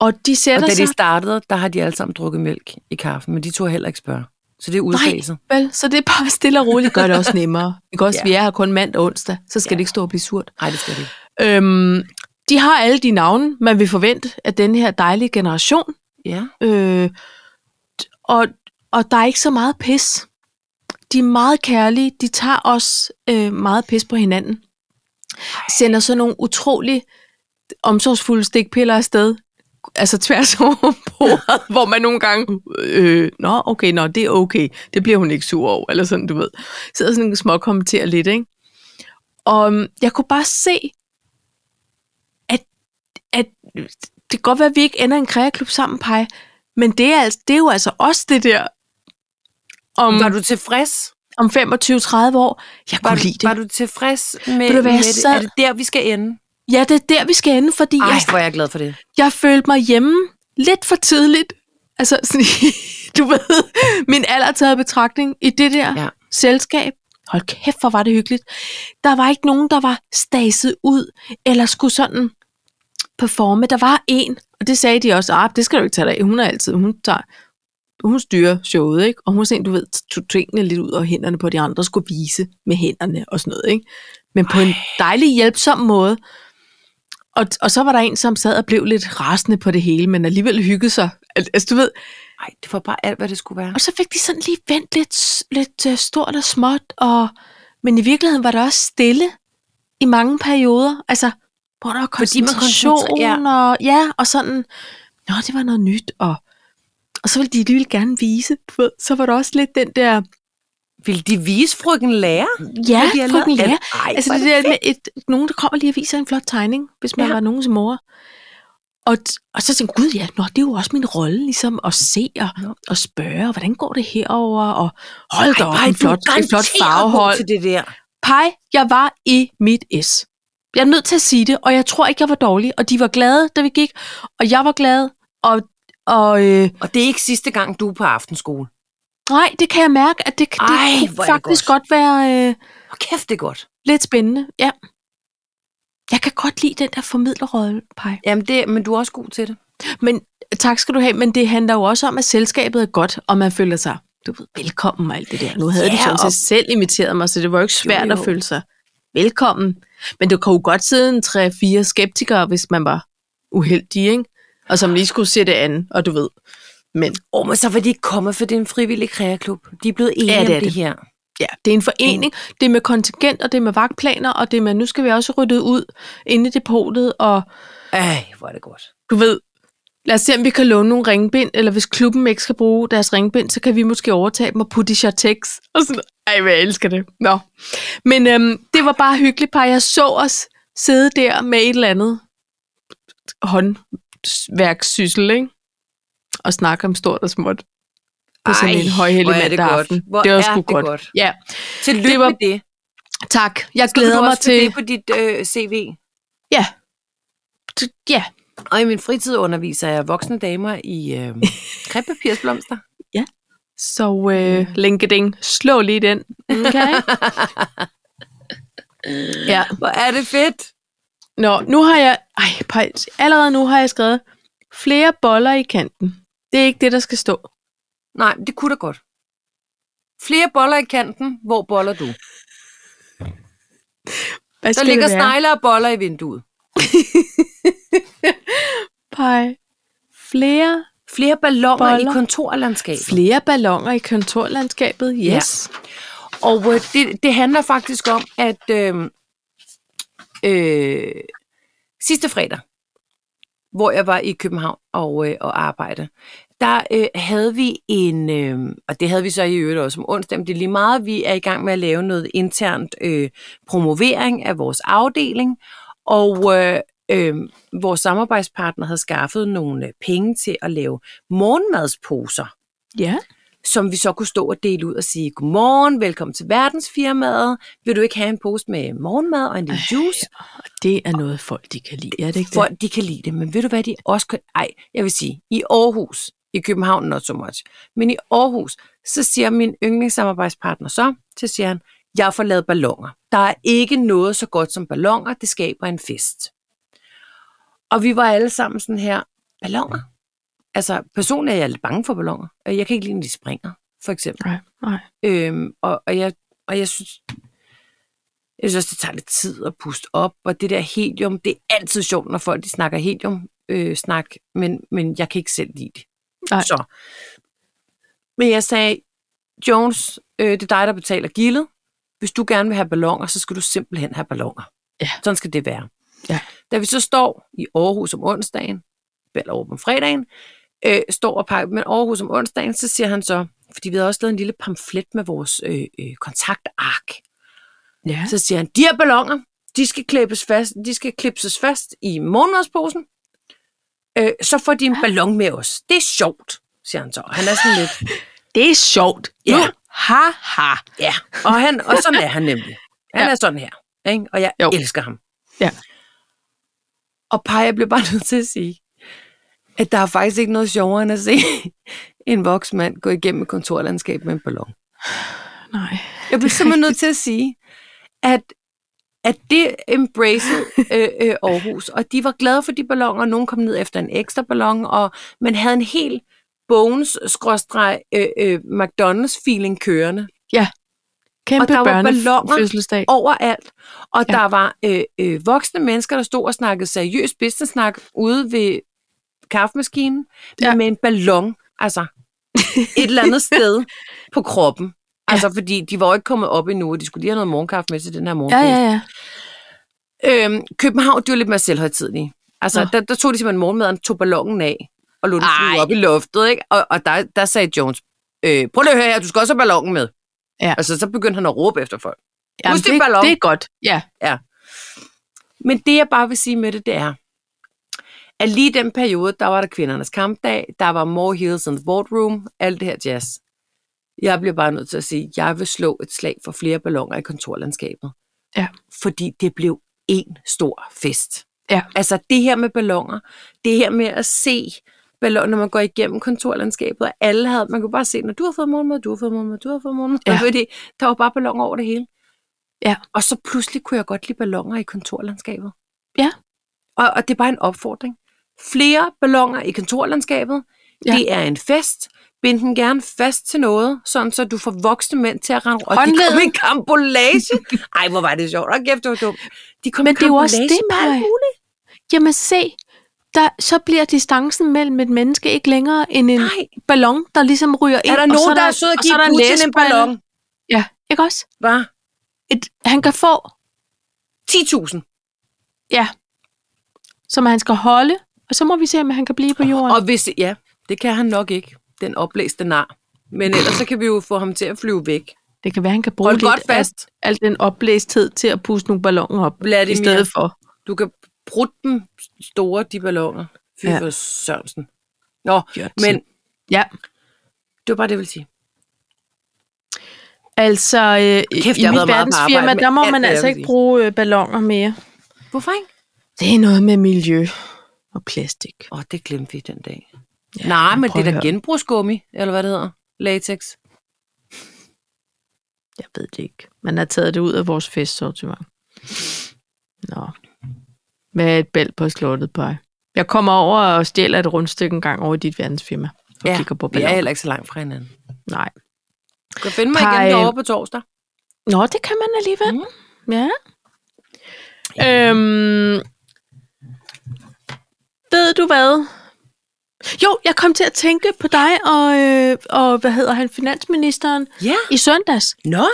Speaker 1: Og de
Speaker 2: Og
Speaker 1: sætter
Speaker 2: da
Speaker 1: sig...
Speaker 2: de startede, der har de alle sammen drukket mælk i kaffen, men de tog heller ikke spørge. Så det er udfaset.
Speaker 1: Nej, vel, så det er bare stille og roligt, gør det også nemmere. Ikke også,
Speaker 2: Ja.
Speaker 1: vi er her kun mandag og onsdag, så skal
Speaker 2: Ja.
Speaker 1: det ikke stå og blive surt.
Speaker 2: Nej, det skal det ikke.
Speaker 1: Øhm, de har alle de navne, man vil forvente af den her dejlige generation.
Speaker 2: Ja.
Speaker 1: Øh, t- og, og der er ikke så meget pis. De er meget kærlige. De tager også øh, meget pis på hinanden. Sender så nogle utrolig omsorgsfulde stikpiller afsted. Altså tværs over bordet, hvor man nogle gange, øh, nå okay, nå det er okay, det bliver hun ikke sur over, eller sådan, du ved. Sidder sådan og småkommenterer lidt, ikke? Og øhm, jeg kunne bare se, at, at det kan godt være, at vi ikke ender i en kreaklub sammen, Paj, men det er, altså, det er jo altså også det der om,
Speaker 2: Var du tilfreds?
Speaker 1: om 25-30 år. Jeg
Speaker 2: Var
Speaker 1: kunne
Speaker 2: du,
Speaker 1: lide det.
Speaker 2: var du tilfreds med,
Speaker 1: Ved du hvad,
Speaker 2: med
Speaker 1: jeg
Speaker 2: det?
Speaker 1: sad-
Speaker 2: Er det der, vi skal ende?
Speaker 1: Ja, det er der, vi skal ende, fordi
Speaker 2: Ej,
Speaker 1: jeg,
Speaker 2: hvor er jeg glad for det.
Speaker 1: jeg følte mig hjemme lidt for tidligt. Altså, sådan, du ved, min alder taget i betragtning i det der
Speaker 2: Ja.
Speaker 1: ja. selskab. Hold kæft, hvor var det hyggeligt. Der var ikke nogen, der var staset ud, eller skulle sådan performe. Der var en, og det sagde de også, ah, det skal du ikke tage dig af. Hun er altid, hun tager, hun styrer showet, ikke? Og hun er sådan, en, du ved, tog tingene lidt ud, og hænderne på de andre skulle vise med hænderne og sådan noget, ikke? Men på en dejlig, hjælpsom måde. Og, og så var der en, som sad og blev lidt rasende på det hele, men alligevel hyggede sig. Al- Altså, du ved,
Speaker 2: Ej, det var bare alt, hvad det skulle være.
Speaker 1: og så fik de sådan lige vendt lidt, s- lidt øh, stort og småt, og, men i virkeligheden var der også stille i mange perioder. Altså, hvor der var
Speaker 2: Fordi man
Speaker 1: koncentration,
Speaker 2: koncentrerer-
Speaker 1: og, ja, og sådan, nå, det var noget nyt, og, og så ville de alligevel gerne vise, du ved, så var der også lidt den der,
Speaker 2: Vil de vise frygten lærer?
Speaker 1: ja,
Speaker 2: Hvad de har
Speaker 1: frygten
Speaker 2: lavet?
Speaker 1: lærer,
Speaker 2: Ej,
Speaker 1: Altså
Speaker 2: hvor
Speaker 1: det
Speaker 2: er
Speaker 1: der med et, nogen, der kommer lige og viser en flot tegning, hvis man
Speaker 2: Ja.
Speaker 1: ja. var nogens mor. Og, t- og så tænkte jeg, gud ja, nå, det er jo også min rolle, ligesom at se og,
Speaker 2: Nå.
Speaker 1: og spørge, og hvordan går det herover, og hold da op,
Speaker 2: Ej,
Speaker 1: en
Speaker 2: du er
Speaker 1: flot, en flot
Speaker 2: garanteret god
Speaker 1: farvehold.
Speaker 2: til det der.
Speaker 1: Pej, jeg var i mit S. Jeg er nødt til at sige det, og jeg tror ikke, jeg var dårlig, og de var glade, da vi gik, og jeg var glad, og, og øh,
Speaker 2: Og det er ikke sidste gang, du er på aftenskole.
Speaker 1: nej, det kan jeg mærke, at det, det
Speaker 2: Ej,
Speaker 1: kunne
Speaker 2: hvor er det
Speaker 1: faktisk godt, godt være... Øh,
Speaker 2: Og kæft, det er godt.
Speaker 1: Lidt spændende, ja. Jeg kan godt lide den der formidlerrolle, Paj.
Speaker 2: Jamen, det, men du er også god til det.
Speaker 1: Men tak skal du have, men det handler jo også om, at selskabet er godt, og man føler sig du ved, velkommen og alt det der. Nu havde
Speaker 2: Ja,
Speaker 1: yeah, de sådan
Speaker 2: og-
Speaker 1: set selv inviteret mig, så det var jo ikke svært jo, jo.
Speaker 2: jo.
Speaker 1: at føle sig velkommen. Men du kan jo godt sidde en 3-4 skeptikere, hvis man var uheldig, ikke? Og som lige skulle se det andet, og du ved. Men
Speaker 2: Åh, oh, men så var de ikke kommet, for det er en frivillig kreaklub. De er blevet enige
Speaker 1: Ja, det
Speaker 2: om
Speaker 1: er
Speaker 2: det
Speaker 1: det.
Speaker 2: her.
Speaker 1: Ja, det er en forening. Det er med kontingent, og det er med vagtplaner, og det er med, nu skal vi også rydde ud inde i depotet, og
Speaker 2: Ej, hvor er det godt.
Speaker 1: du ved, lad os se, om vi kan låne nogle ringbind, eller hvis klubben ikke skal bruge deres ringbind, så kan vi måske overtage dem og putte i chartex. Og sådan, ej, hvor jeg elsker det. Nå. Men øhm, det var bare hyggeligt, par. Jeg så os sidde der med et eller andet hånd, kunstværkssyssel, ikke? Og snakke om stort og småt. På sådan
Speaker 2: Ej,
Speaker 1: en højhældig
Speaker 2: hvor er det
Speaker 1: mandag
Speaker 2: godt.
Speaker 1: aften.
Speaker 2: Hvor
Speaker 1: det var
Speaker 2: er
Speaker 1: sgu
Speaker 2: det
Speaker 1: godt.
Speaker 2: godt.
Speaker 1: Ja,
Speaker 2: Tillykke
Speaker 1: Det var-
Speaker 2: med det.
Speaker 1: tak. Jeg
Speaker 2: Skal
Speaker 1: glæder
Speaker 2: du
Speaker 1: mig
Speaker 2: også få
Speaker 1: til...
Speaker 2: det på dit øh, CV.
Speaker 1: til- Ja,
Speaker 2: Og i min fritid underviser jeg voksne damer i øh, krepapirsblomster.
Speaker 1: så øh, linkeding. Slå lige den. Okay. ja.
Speaker 2: Hvor er det fedt.
Speaker 1: Nå, nu har jeg... Ej, pejs. Allerede nu har jeg skrevet flere boller i kanten. Det er ikke det, der skal stå.
Speaker 2: Nej, det kunne da godt. Flere boller i kanten. Hvor boller du?
Speaker 1: Hvad
Speaker 2: Der
Speaker 1: skal
Speaker 2: ligger
Speaker 1: det være?
Speaker 2: snegler og boller i vinduet.
Speaker 1: Pej. Flere,
Speaker 2: Flere balloner boller.
Speaker 1: Boller.
Speaker 2: i kontorlandskabet.
Speaker 1: flere ballonger i kontorlandskabet. Yes.
Speaker 2: Og øh, det, det handler faktisk om, at øh, øh, sidste fredag, hvor jeg var i København og, øh, og arbejde, der øh, havde vi en, øh, og det havde vi så i øvrigt også om onsdag, men det er lige meget, vi er i gang med at lave noget internt øh, promovering af vores afdeling, og øh, øh, vores samarbejdspartner havde skaffet nogle øh, penge til at lave morgenmadsposer
Speaker 1: Ja.
Speaker 2: som vi så kunne stå og dele ud og sige, godmorgen, velkommen til verdensfirmaet, vil du ikke have en pose med morgenmad og en lille juice?
Speaker 1: Og det er noget, folk de kan lide. Er det ikke det?
Speaker 2: Folk, de kan lide det, men ved du hvad, de også kan... Ej, jeg vil sige, i Aarhus, i København not so much, men i Aarhus, så siger min yndlingssamarbejdspartner så, så siger han, jeg får lavet ballonger. Der er ikke noget så godt som ballonger, det skaber en fest. Og vi var alle sammen sådan her, ballonger? Altså, personligt er jeg lidt bange for ballonger. Jeg kan ikke lide, når de springer, for eksempel.
Speaker 1: Nej, nej.
Speaker 2: Øhm, og, og, jeg, og jeg synes, jeg synes også, det tager lidt tid at puste op, og det der helium, det er altid sjovt, når folk de snakker helium-snak, men, men jeg kan ikke selv lide det.
Speaker 1: Nej.
Speaker 2: Så. Men jeg sagde, Jones, øh, det er dig, der betaler gildet. Hvis du gerne vil have ballonger, så skal du simpelthen have ballonger.
Speaker 1: Ja.
Speaker 2: Sådan skal det være.
Speaker 1: Ja.
Speaker 2: Da vi så står i Aarhus om onsdagen, eller over om fredagen, øh, står og pakker, men Aarhus om onsdagen, så siger han så, fordi vi havde også lavet en lille pamflet med vores øh, øh, kontaktark.
Speaker 1: Ja.
Speaker 2: Så siger han, de her ballonger, de skal, klippes fast, de skal klipses fast i morgenmadsposen. Øh, så får de en ballon med os. Det er sjovt, siger han så. Og Han er sådan lidt,
Speaker 1: Det er sjovt.
Speaker 2: Ja.
Speaker 1: Ja. Nu, ha, ha.
Speaker 2: ja. Og, han, og sådan er han nemlig. Han ja.
Speaker 1: Ja.
Speaker 2: er sådan her. Ikke? Og jeg jo.
Speaker 1: Jo.
Speaker 2: elsker ham.
Speaker 1: Ja.
Speaker 2: Og Paj, jeg blev bare nødt til at sige, at der er faktisk ikke noget sjovere end at se en voksen mand gå igennem et kontorlandskab med en ballon.
Speaker 1: Nej.
Speaker 2: Jeg bliver simpelthen nødt til at sige, at, at det embracede øh, øh, Aarhus, og de var glade for de ballonger, og nogen kom ned efter en ekstra ballon, og man havde en helt Bones skråstreg øh, øh, McDonald's feeling kørende
Speaker 1: Kæmpe
Speaker 2: der var
Speaker 1: børne-
Speaker 2: balloner.
Speaker 1: fødselsdag.
Speaker 2: overalt, og ja.
Speaker 1: Ja.
Speaker 2: der var øh, øh, voksne mennesker, der stod og snakkede seriøs business-snak ude ved kaffemaskinen, ja.
Speaker 1: Ja.
Speaker 2: med en ballon, altså et eller andet sted på kroppen. Altså, fordi de var jo ikke kommet op endnu, og de skulle lige have noget morgenkaffe med til den her
Speaker 1: Ja,
Speaker 2: morgenfest.
Speaker 1: ja, ja.
Speaker 2: Øhm, København, det var lidt mere selvhøjtidlige. Altså,
Speaker 1: Nå.
Speaker 2: der, der tog de simpelthen morgenmaden, tog ballonen af, og lå den flyve
Speaker 1: Ej.
Speaker 2: op i luftet, ikke? Og, og der, der sagde Jones, øh, prøv lige at høre her, du skal også have ballonen med.
Speaker 1: Ja.
Speaker 2: Altså, så begyndte han at råbe efter folk.
Speaker 1: Jamen,
Speaker 2: Husk din
Speaker 1: det,
Speaker 2: ballon.
Speaker 1: det er godt. Ja.
Speaker 2: Men det, jeg bare vil sige med det, det er, at lige i den periode, der var der kvindernes kampdag, der var More Heels in the Boardroom, alt det her jazz. Jeg bliver bare nødt til at sige, at jeg vil slå et slag for flere ballonger i kontorlandskabet.
Speaker 1: Ja.
Speaker 2: Fordi det blev en stor fest.
Speaker 1: Ja.
Speaker 2: Altså det her med ballonger, det her med at se ballonger, når man går igennem kontorlandskabet, og alle havde, man kunne bare se, når du har fået morgenmad, du har fået morgenmad, du har fået morgenmad,
Speaker 1: Ja.
Speaker 2: fordi der var bare ballonger over det hele.
Speaker 1: Ja.
Speaker 2: Og så pludselig kunne jeg godt lide ballonger i kontorlandskabet.
Speaker 1: Ja.
Speaker 2: Og, og det er bare en opfordring. Flere ballonger i kontorlandskabet. Ja.
Speaker 1: Ja.
Speaker 2: Det er en fest. Bind den gerne fast til noget, sådan så du får voksne mænd til at rende rundt. Og de
Speaker 1: Håndleden.
Speaker 2: kom i kambolage. Ej, hvor var det sjovt. Og kæft, det var dumt. De kom
Speaker 1: Men
Speaker 2: i
Speaker 1: det er jo også
Speaker 2: karambolage
Speaker 1: det,
Speaker 2: med alt
Speaker 1: Maja.
Speaker 2: muligt.
Speaker 1: Jamen se, der, så bliver distancen mellem et menneske ikke længere end en
Speaker 2: Nej.
Speaker 1: ballon, der ligesom ryger ind.
Speaker 2: Er der
Speaker 1: og så
Speaker 2: nogen, der er sød at
Speaker 1: og så
Speaker 2: give
Speaker 1: er der
Speaker 2: Putin en
Speaker 1: læsbrille.
Speaker 2: ballon?
Speaker 1: Ja, ikke også?
Speaker 2: Hvad?
Speaker 1: Et, han kan få,
Speaker 2: 10.000.
Speaker 1: som han skal holde, og så må vi se, om han kan blive på jorden.
Speaker 2: Og hvis... Ja, det kan han nok ikke. Den oplæste nar. Men ellers så kan vi jo få ham til at flyve væk.
Speaker 1: det kan være, han kan bruge
Speaker 2: Hold godt
Speaker 1: lidt af
Speaker 2: fast.
Speaker 1: al den opblæsthed til at puste nogle ballonger op
Speaker 2: Vladimir.
Speaker 1: i stedet for.
Speaker 2: Du kan bruge dem store, de ballonger. Fy
Speaker 1: Ja.
Speaker 2: ja. for Sørensen. Nå,
Speaker 1: Jørgensen.
Speaker 2: men
Speaker 1: Ja.
Speaker 2: det var bare det, jeg ville sige.
Speaker 1: Altså, øh,
Speaker 2: Kæft,
Speaker 1: Kæft, i
Speaker 2: jeg har været
Speaker 1: mit
Speaker 2: meget på
Speaker 1: verdensfirma,
Speaker 2: arbejde med
Speaker 1: der må
Speaker 2: alt,
Speaker 1: man
Speaker 2: hvad jeg
Speaker 1: altså
Speaker 2: vil
Speaker 1: ikke
Speaker 2: sige.
Speaker 1: bruge øh, ballonger mere.
Speaker 2: Hvorfor ikke?
Speaker 1: Det er noget med miljø og plastik.
Speaker 2: Åh, oh, det glemte vi den dag. Ja, Nej, men
Speaker 1: prøv
Speaker 2: det
Speaker 1: at
Speaker 2: der
Speaker 1: høre.
Speaker 2: genbrugsgummi, eller hvad det hedder. Latex.
Speaker 1: Jeg ved det ikke. Man har taget det ud af vores festsortiment. Nå. Med et bælt på slottet på. Jeg kommer over og stjæler et rundstykke en gang over i dit verdensfirma. Og ja, kigger på
Speaker 2: vi er
Speaker 1: ballonger.
Speaker 2: heller ikke så langt fra hinanden.
Speaker 1: Nej.
Speaker 2: Du kan finde mig
Speaker 1: Har, øh,
Speaker 2: igen derovre på torsdag.
Speaker 1: Nå, det kan man alligevel. Mm. Ja. Øhm, ved du hvad? Jo, jeg kom til at tænke på dig og, øh, og hvad hedder han, finansministeren
Speaker 2: Ja.
Speaker 1: i søndags.
Speaker 2: Nå.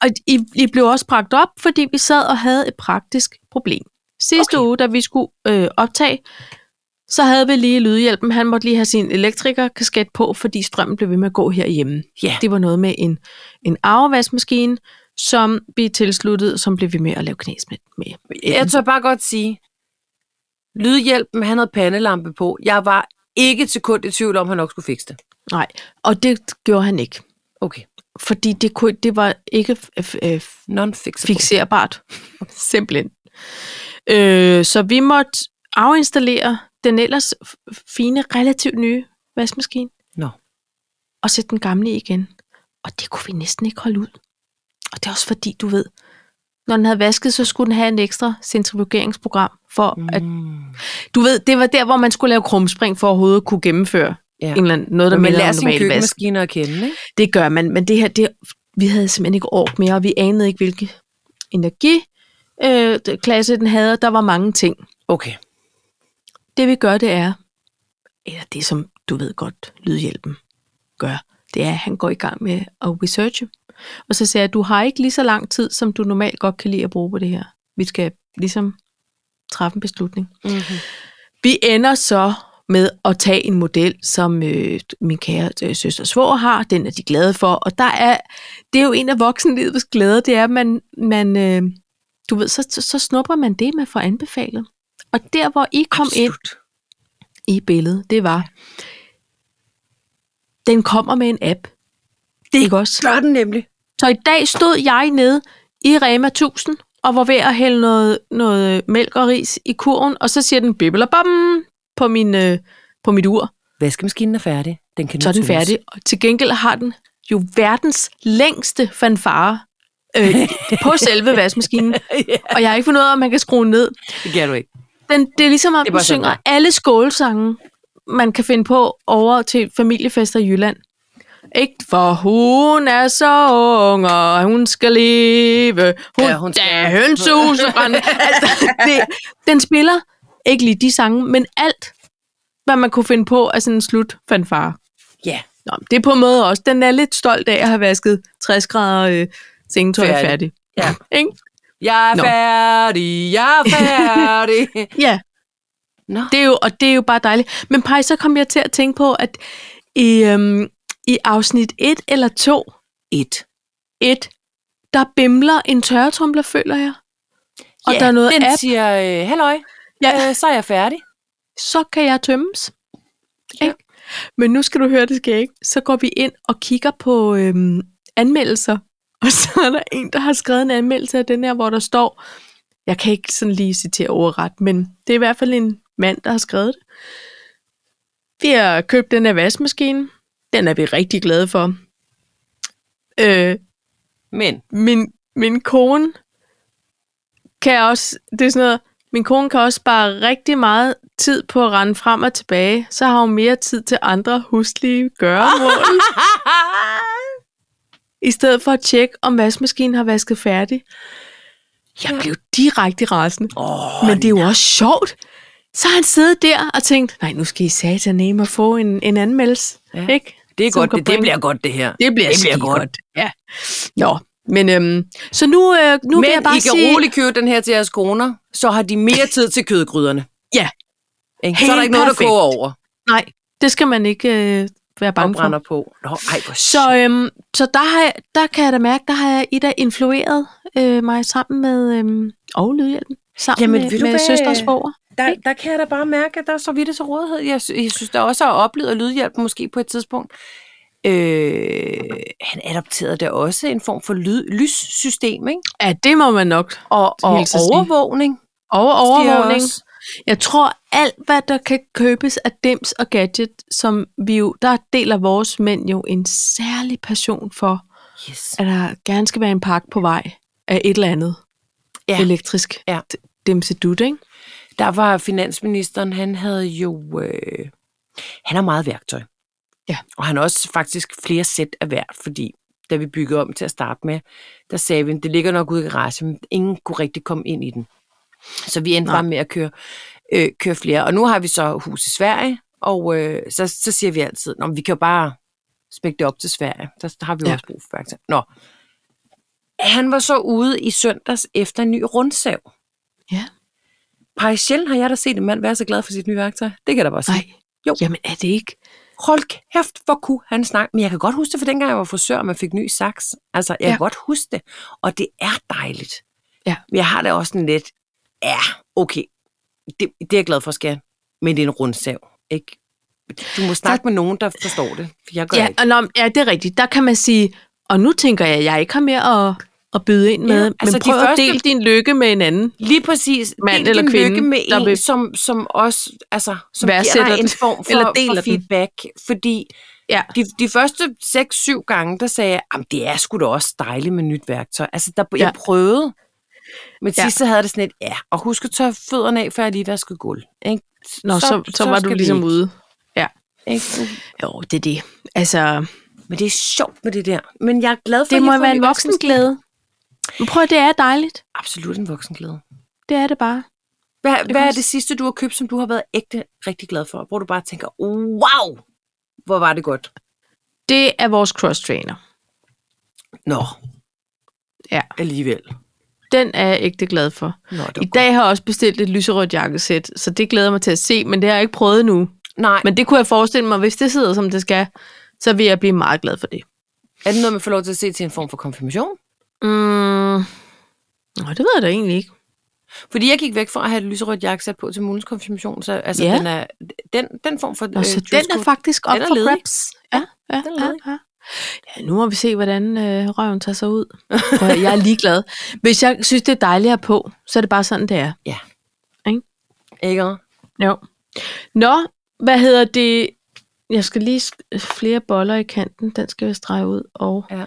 Speaker 1: Og I, I blev også bragt op, fordi vi sad og havde et praktisk problem. Sidste
Speaker 2: Okay.
Speaker 1: okay. uge, da vi skulle øh, optage, så havde vi lige lydhjælpen. Han måtte lige have sin elektrikerkasket på, fordi strømmen blev ved med at gå herhjemme.
Speaker 2: Ja.
Speaker 1: Det var noget med en, en arvevaskemaskine, som vi tilsluttede, som blev ved med at lave knas med. med.
Speaker 2: Jeg tør bare godt sige, lydhjælpen, han havde pandelampe på. Jeg var ikke et sekund i tvivl om, han nok skulle fikse det.
Speaker 1: Nej, og det gjorde han ikke.
Speaker 2: Okay.
Speaker 1: Fordi det, kunne, det var ikke øh, f- f-
Speaker 2: Non-fixable.
Speaker 1: fikserbart. Simpelthen. Øh, så vi måtte afinstallere den ellers f- fine, relativt nye vaskemaskine.
Speaker 2: Nå.
Speaker 1: Og sætte den gamle i igen. Og det kunne vi næsten ikke holde ud. Og det er også fordi, du ved, når den havde vasket, så skulle den have en ekstra centrifugeringsprogram. For mm. at,
Speaker 2: Mm.
Speaker 1: du ved, det var der, hvor man skulle lave krumspring for overhovedet at kunne gennemføre
Speaker 2: Ja.
Speaker 1: ja. en eller anden, noget, der
Speaker 2: Men man
Speaker 1: minder
Speaker 2: lærer
Speaker 1: om
Speaker 2: sin
Speaker 1: normal vask.
Speaker 2: køkkenmaskine at kende, ikke?
Speaker 1: Det gør man, men det her, det, vi havde simpelthen ikke ork mere, og vi anede ikke, hvilke energi øh, det- klasse den havde, og der var mange ting.
Speaker 2: Okay.
Speaker 1: Det vi gør, det er, eller det som du ved godt, Lydhjælpen gør, det er, at han går i gang med at researche. Og så siger jeg, du har ikke lige så lang tid, som du normalt godt kan lide at bruge på det her. Vi skal ligesom træffe en beslutning.
Speaker 2: Mm-hmm.
Speaker 1: Vi ender så med at tage en model, som øh, min kære øh, søster Svor har. Den er de glade for. Og der er, det er jo en af voksenlivets glæder, det er, at man, man øh, du ved, så, så snupper man det, man får anbefalet. Og der, hvor I kom Absolut.
Speaker 2: Absolut.
Speaker 1: ind i billedet, det var, den kommer med en app.
Speaker 2: Det
Speaker 1: Ikke også?
Speaker 2: gør den nemlig.
Speaker 1: Så i dag stod jeg nede i Rema 1000 og var ved at hælde noget, noget øh, mælk og ris i kurven, og så siger den bibbel og bam på, min, øh, på mit ur.
Speaker 2: Vaskemaskinen er færdig. Den kan nu
Speaker 1: Så er den
Speaker 2: tømmes.
Speaker 1: færdig. Og til gengæld har den jo verdens længste fanfare øh, på selve vaskemaskinen.
Speaker 2: ja,
Speaker 1: Og jeg har ikke fundet ud af, om man kan skrue den ned.
Speaker 2: det kan du ikke.
Speaker 1: Den, det er ligesom, at
Speaker 2: Det er
Speaker 1: man
Speaker 2: bare sådan,
Speaker 1: synger
Speaker 2: der.
Speaker 1: alle skålsange, man kan finde på over til familiefester i Jylland. Ikke for hun er så ung, og hun skal leve. Hun,
Speaker 2: Ja,
Speaker 1: ja,
Speaker 2: hun
Speaker 1: hun
Speaker 2: skal-
Speaker 1: er hønsehusebrænde. altså, det, den spiller ikke lige de sange, men alt, hvad man kunne finde på af sådan en slutfanfare.
Speaker 2: Ja.
Speaker 1: Nå, men det er på en måde også. Den er lidt stolt af at have vasket 60 grader øh, sengetøj
Speaker 2: Færdig.
Speaker 1: færdig. færdig.
Speaker 2: Ja.
Speaker 1: Ikke?
Speaker 2: Jeg er
Speaker 1: Nå.
Speaker 2: færdig. Jeg er færdig.
Speaker 1: Ja.
Speaker 2: Nå.
Speaker 1: Det er jo, og det er jo bare dejligt. Men Paj, så kom jeg til at tænke på, at i, øhm, i afsnit 1 eller 2,
Speaker 2: Et.
Speaker 1: 1, der bimler en tørretumbler, føler jeg. Og
Speaker 2: Ja,
Speaker 1: der er noget
Speaker 2: den
Speaker 1: app,
Speaker 2: siger, øh, halløj,
Speaker 1: Ja.
Speaker 2: øh, så er jeg færdig.
Speaker 1: så kan jeg tømmes.
Speaker 2: Ja.
Speaker 1: Ikke? Men nu skal du høre, det skal jeg ikke. Så går vi ind og kigger på øhm, anmeldelser. Og så er der en, der har skrevet en anmeldelse af den her, hvor der står, jeg kan ikke sådan lige citere overret, men det er i hvert fald en mand, der har skrevet det. Vi har købt den her vaskemaskine. Den er vi rigtig glade for. Øh,
Speaker 2: Men
Speaker 1: min, min kone kan også, det er sådan noget, min kone kan også spare rigtig meget tid på at rende frem og tilbage, så har hun mere tid til andre huslige gøremål, i stedet for at tjekke, om vaskemaskinen har vasket færdig. Jeg blev direkte rasende.
Speaker 2: oh,
Speaker 1: Men det er jo også sjovt. Så har han siddet der og tænkt, nej, nu skal I sataneme og få en, en anmeldelse.
Speaker 2: Ja.
Speaker 1: Ja. Ikke?
Speaker 2: det er
Speaker 1: som
Speaker 2: godt.
Speaker 1: kan
Speaker 2: Det, det
Speaker 1: bringe-
Speaker 2: bliver godt, det her.
Speaker 1: Det bliver,
Speaker 2: Det bliver
Speaker 1: skide
Speaker 2: godt.
Speaker 1: Ja. Nå, men øhm, så nu, øh, nu vil
Speaker 2: Nu Men
Speaker 1: jeg bare
Speaker 2: I kan
Speaker 1: sige...
Speaker 2: roligt købe den her til jeres kroner, så har de mere tid til kødgryderne.
Speaker 1: Ja.
Speaker 2: Ikke? Så
Speaker 1: Helt
Speaker 2: er der ikke noget, der
Speaker 1: perfekt.
Speaker 2: koger over
Speaker 1: Nej, det skal man ikke øh, være
Speaker 2: og
Speaker 1: bange for.
Speaker 2: brænder på. Nå, ej, hvor
Speaker 1: Så, øhm, så der, har jeg, der kan jeg da mærke, der har jeg i dag influeret øh, mig sammen med øhm, og Lydhjælpen, sammen
Speaker 2: Jamen,
Speaker 1: med,
Speaker 2: ved du
Speaker 1: med
Speaker 2: hvad?
Speaker 1: søsters forår.
Speaker 2: sjovt. der, der kan jeg da bare mærke, at der er så vidt til rådighed. Jeg, sy- jeg synes da også, at jeg har oplevet lydhjælp måske på et tidspunkt. Øh, han adopterede da også en form for lyd, lyssystem, ikke?
Speaker 1: Ja, det må man nok.
Speaker 2: Og, og
Speaker 1: Helt så sige.
Speaker 2: overvågning.
Speaker 1: Over
Speaker 2: siger jeg
Speaker 1: overvågning.
Speaker 2: også.
Speaker 1: Jeg tror, alt hvad der kan købes af dims og gadget, som vi jo, der deler vores mænd jo en særlig passion for,
Speaker 2: Yes.
Speaker 1: at der gerne skal være en pakke på vej af et eller andet
Speaker 2: Ja.
Speaker 1: ja. elektrisk
Speaker 2: Ja.
Speaker 1: d- dimsedut, ikke?
Speaker 2: Der var finansministeren, han havde jo... Øh, han har meget værktøj.
Speaker 1: Ja.
Speaker 2: Og han har også faktisk flere sæt af hvert, fordi da vi byggede om til at starte med, der sagde vi, det ligger nok ude i garagen, men ingen kunne rigtig komme ind i den. Så vi endte
Speaker 1: Nej.
Speaker 2: bare med at køre, øh, køre flere. Og nu har vi så hus i Sverige, og øh, så, så siger vi altid, Nå, men vi kan jo bare smække det op til Sverige. Der har vi jo ja.
Speaker 1: Ja.
Speaker 2: også brug for værktøj. Nå. Han var så ude i søndags efter en ny rundsav.
Speaker 1: Ja.
Speaker 2: Pej, sjældent har jeg da set en mand være så glad for sit nye værktøj. Det kan jeg da bare sige.
Speaker 1: Nej.
Speaker 2: Jo.
Speaker 1: Jamen er det ikke?
Speaker 2: Hold kæft, hvor kunne han snakke. Men jeg kan godt huske det, for dengang jeg var frisør, og man fik ny saks. Altså, jeg ja.
Speaker 1: Ja.
Speaker 2: kan godt huske det. Og det er dejligt.
Speaker 1: Ja.
Speaker 2: Men jeg har da også en lidt, ja, okay, det, det er jeg glad for, skal jeg. Men det er en rundsav, ikke? Du må snakke med nogen, der forstår det, for jeg gør
Speaker 1: Ja,
Speaker 2: ikke.
Speaker 1: og når, ja, det er rigtigt. Der kan man sige, og nu tænker jeg, at jeg ikke har mere at, at byde ind med,
Speaker 2: Ja,
Speaker 1: ja, altså
Speaker 2: altså
Speaker 1: men prøv
Speaker 2: de
Speaker 1: de at
Speaker 2: første-
Speaker 1: dele din lykke med en anden.
Speaker 2: Lige præcis,
Speaker 1: Mand
Speaker 2: del
Speaker 1: eller
Speaker 2: din
Speaker 1: kvinde,
Speaker 2: lykke med
Speaker 1: der
Speaker 2: en,
Speaker 1: vil-
Speaker 2: som, som også, altså, som giver
Speaker 1: Værdsætter
Speaker 2: dig en
Speaker 1: den.
Speaker 2: form for,
Speaker 1: Eller
Speaker 2: for
Speaker 1: deler den.
Speaker 2: feedback. Fordi
Speaker 1: Ja.
Speaker 2: de, de første 6-7 gange, der sagde jeg, "Jamen, det er sgu da også dejligt med nyt værktøj. Altså, der, jeg
Speaker 1: Ja.
Speaker 2: prøvede. Men
Speaker 1: Ja.
Speaker 2: sidst så havde jeg det sådan et, ja, og husk at tørre fødderne af, før jeg lige vaskede gulv. Ikke?
Speaker 1: Nå, så, så, så var du
Speaker 2: skal vi
Speaker 1: ligesom
Speaker 2: ikke.
Speaker 1: ude. Ja.
Speaker 2: Ikke?
Speaker 1: Jo, det er det. Altså,
Speaker 2: Men det er sjovt med det der. Men jeg er glad for, at
Speaker 1: det
Speaker 2: jeg
Speaker 1: må
Speaker 2: får
Speaker 1: være
Speaker 2: ny
Speaker 1: en voksenglæde. Men prøv at det er dejligt.
Speaker 2: Absolut en voksenglæde.
Speaker 1: Det er det bare.
Speaker 2: Hvad, det hvad
Speaker 1: kan
Speaker 2: er
Speaker 1: også-
Speaker 2: det sidste, du har købt, som du har været ægte rigtig glad for? Hvor du bare tænker, wow, hvor var det godt.
Speaker 1: Det er vores cross-trainer.
Speaker 2: Nå,
Speaker 1: Ja.
Speaker 2: alligevel.
Speaker 1: Den er jeg ægte glad for.
Speaker 2: Nå, det var
Speaker 1: I dag har jeg også bestilt et lyserødt jakkesæt, så det glæder jeg mig til at se, men det har jeg ikke prøvet endnu.
Speaker 2: godt. Nej, men...
Speaker 1: Men det kunne jeg forestille mig, hvis det sidder, som det skal, så vil jeg blive meget glad for det.
Speaker 2: er det noget, man får lov til at se til en form for konfirmation?
Speaker 1: Mm. Nå, det ved jeg da egentlig ikke.
Speaker 2: Fordi jeg gik væk fra at have et lyserødt jakkesæt på til Mulens konfirmation, så altså, ja.
Speaker 1: Ja.
Speaker 2: den, er, den, den form for
Speaker 1: Nå, så den er
Speaker 2: dresscode-
Speaker 1: faktisk op
Speaker 2: Øh, Den er
Speaker 1: for
Speaker 2: ledig.
Speaker 1: reps. Ja, ja,
Speaker 2: den er
Speaker 1: ja,
Speaker 2: ledig.
Speaker 1: ja. ja, nu må vi se, hvordan øh, røven tager sig ud. Prøv at høre, Jeg er ligeglad. Hvis jeg synes, det er dejligt at på, så er det bare sådan, det er.
Speaker 2: Ikke? også?
Speaker 1: Jo. Nå, hvad hedder det? Jeg skal lige sk- flere boller i kanten. Den skal jeg strege ud. Og
Speaker 2: Ja.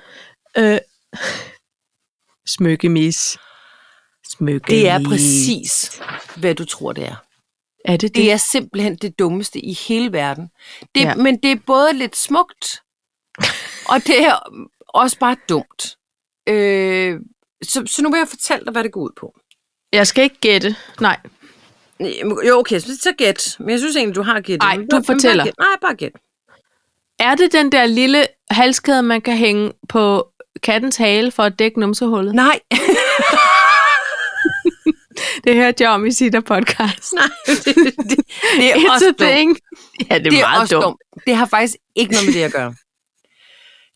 Speaker 1: øh, smykkemis. Smykkemis.
Speaker 2: Det er præcis, hvad du tror, det er.
Speaker 1: Er det det?
Speaker 2: Det er simpelthen det dummeste i hele verden. Det, ja.
Speaker 1: Ja.
Speaker 2: Men det er både lidt smukt, og det er også bare dumt. Øh, så, så nu vil jeg fortælle dig, hvad det går ud på.
Speaker 1: Jeg skal ikke gætte. Nej.
Speaker 2: Jo, okay, så, så gæt. Men jeg synes egentlig, du har gættet.
Speaker 1: Ej,
Speaker 2: Men
Speaker 1: du
Speaker 2: bare- men
Speaker 1: fortæller.
Speaker 2: Bare gæt. Nej, bare gæt.
Speaker 1: Er det den der lille halskæde, man kan hænge på kattens hale for at dække numsehullet?
Speaker 2: Nej,
Speaker 1: Det hørte jeg om i sit podcast.
Speaker 2: nej. Det, det, det er
Speaker 1: It's
Speaker 2: også
Speaker 1: a
Speaker 2: dumt.
Speaker 1: thing. Ja, det er,
Speaker 2: det er
Speaker 1: meget
Speaker 2: også
Speaker 1: dumt.
Speaker 2: dumt. Det har faktisk ikke noget med det at gøre.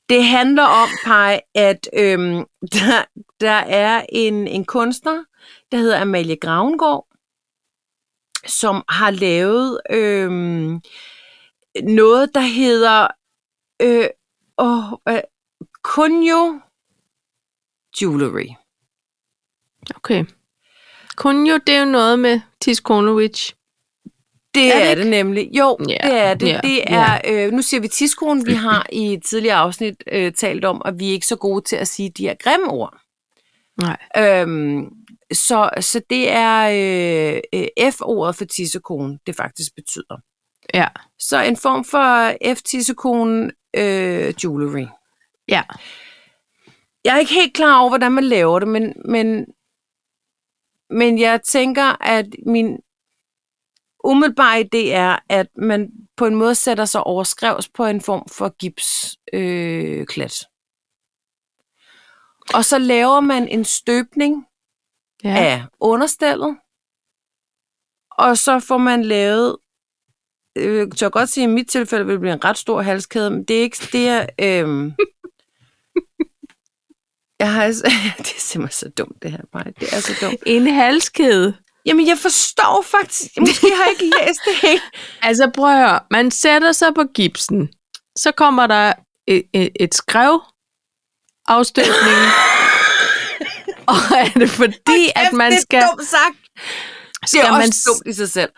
Speaker 2: Det handler om, Paj, at øhm, der, der er en, en kunstner, der hedder Amalie Gravengård, som har lavet øhm, noget, der hedder øh, åh, øh, Kunjo Jewelry.
Speaker 1: Okay. Kun jo, det er jo noget med Tis Konovic.
Speaker 2: Det
Speaker 1: Er
Speaker 2: er,
Speaker 1: det
Speaker 2: det,
Speaker 1: ikke?
Speaker 2: det nemlig. Jo,
Speaker 1: Ja,
Speaker 2: yeah, det er det.
Speaker 1: ja,
Speaker 2: Yeah, det er, øh, nu siger vi tidskolen, vi har i et tidligere afsnit øh, talt om, at vi er ikke så gode til at sige de her grimme ord.
Speaker 1: Nej.
Speaker 2: Øhm, så, så det er øh, øh, F-ordet for tissekone, det faktisk betyder.
Speaker 1: Ja.
Speaker 2: Så en form for F-tissekone øh, jewelry.
Speaker 1: Ja.
Speaker 2: Jeg er ikke helt klar over, hvordan man laver det, men, men, men jeg tænker, at min umiddelbare idé er, at man på en måde sætter sig overskrevs på en form for gipsklat. Øh, klat. og så laver man en støbning
Speaker 1: Ja.
Speaker 2: ja. af understellet, og så får man lavet, øh, tør godt sige, at i mit tilfælde vil det blive en ret stor halskæde, men det er ikke, det er, øh, jeg har, altså- det er simpelthen så dumt det her, bare. det er så dumt.
Speaker 1: En halskæde.
Speaker 2: Jamen, jeg forstår faktisk... Måske har jeg ikke læst det helt.
Speaker 1: Altså prøv at høre, man sætter sig på gipsen, så kommer der et, et, et skrev, afstøbning, og er det fordi, at man
Speaker 2: det er
Speaker 1: skal,
Speaker 2: dumt sagt. Det
Speaker 1: skal
Speaker 2: er
Speaker 1: man,
Speaker 2: også dumt i sig selv.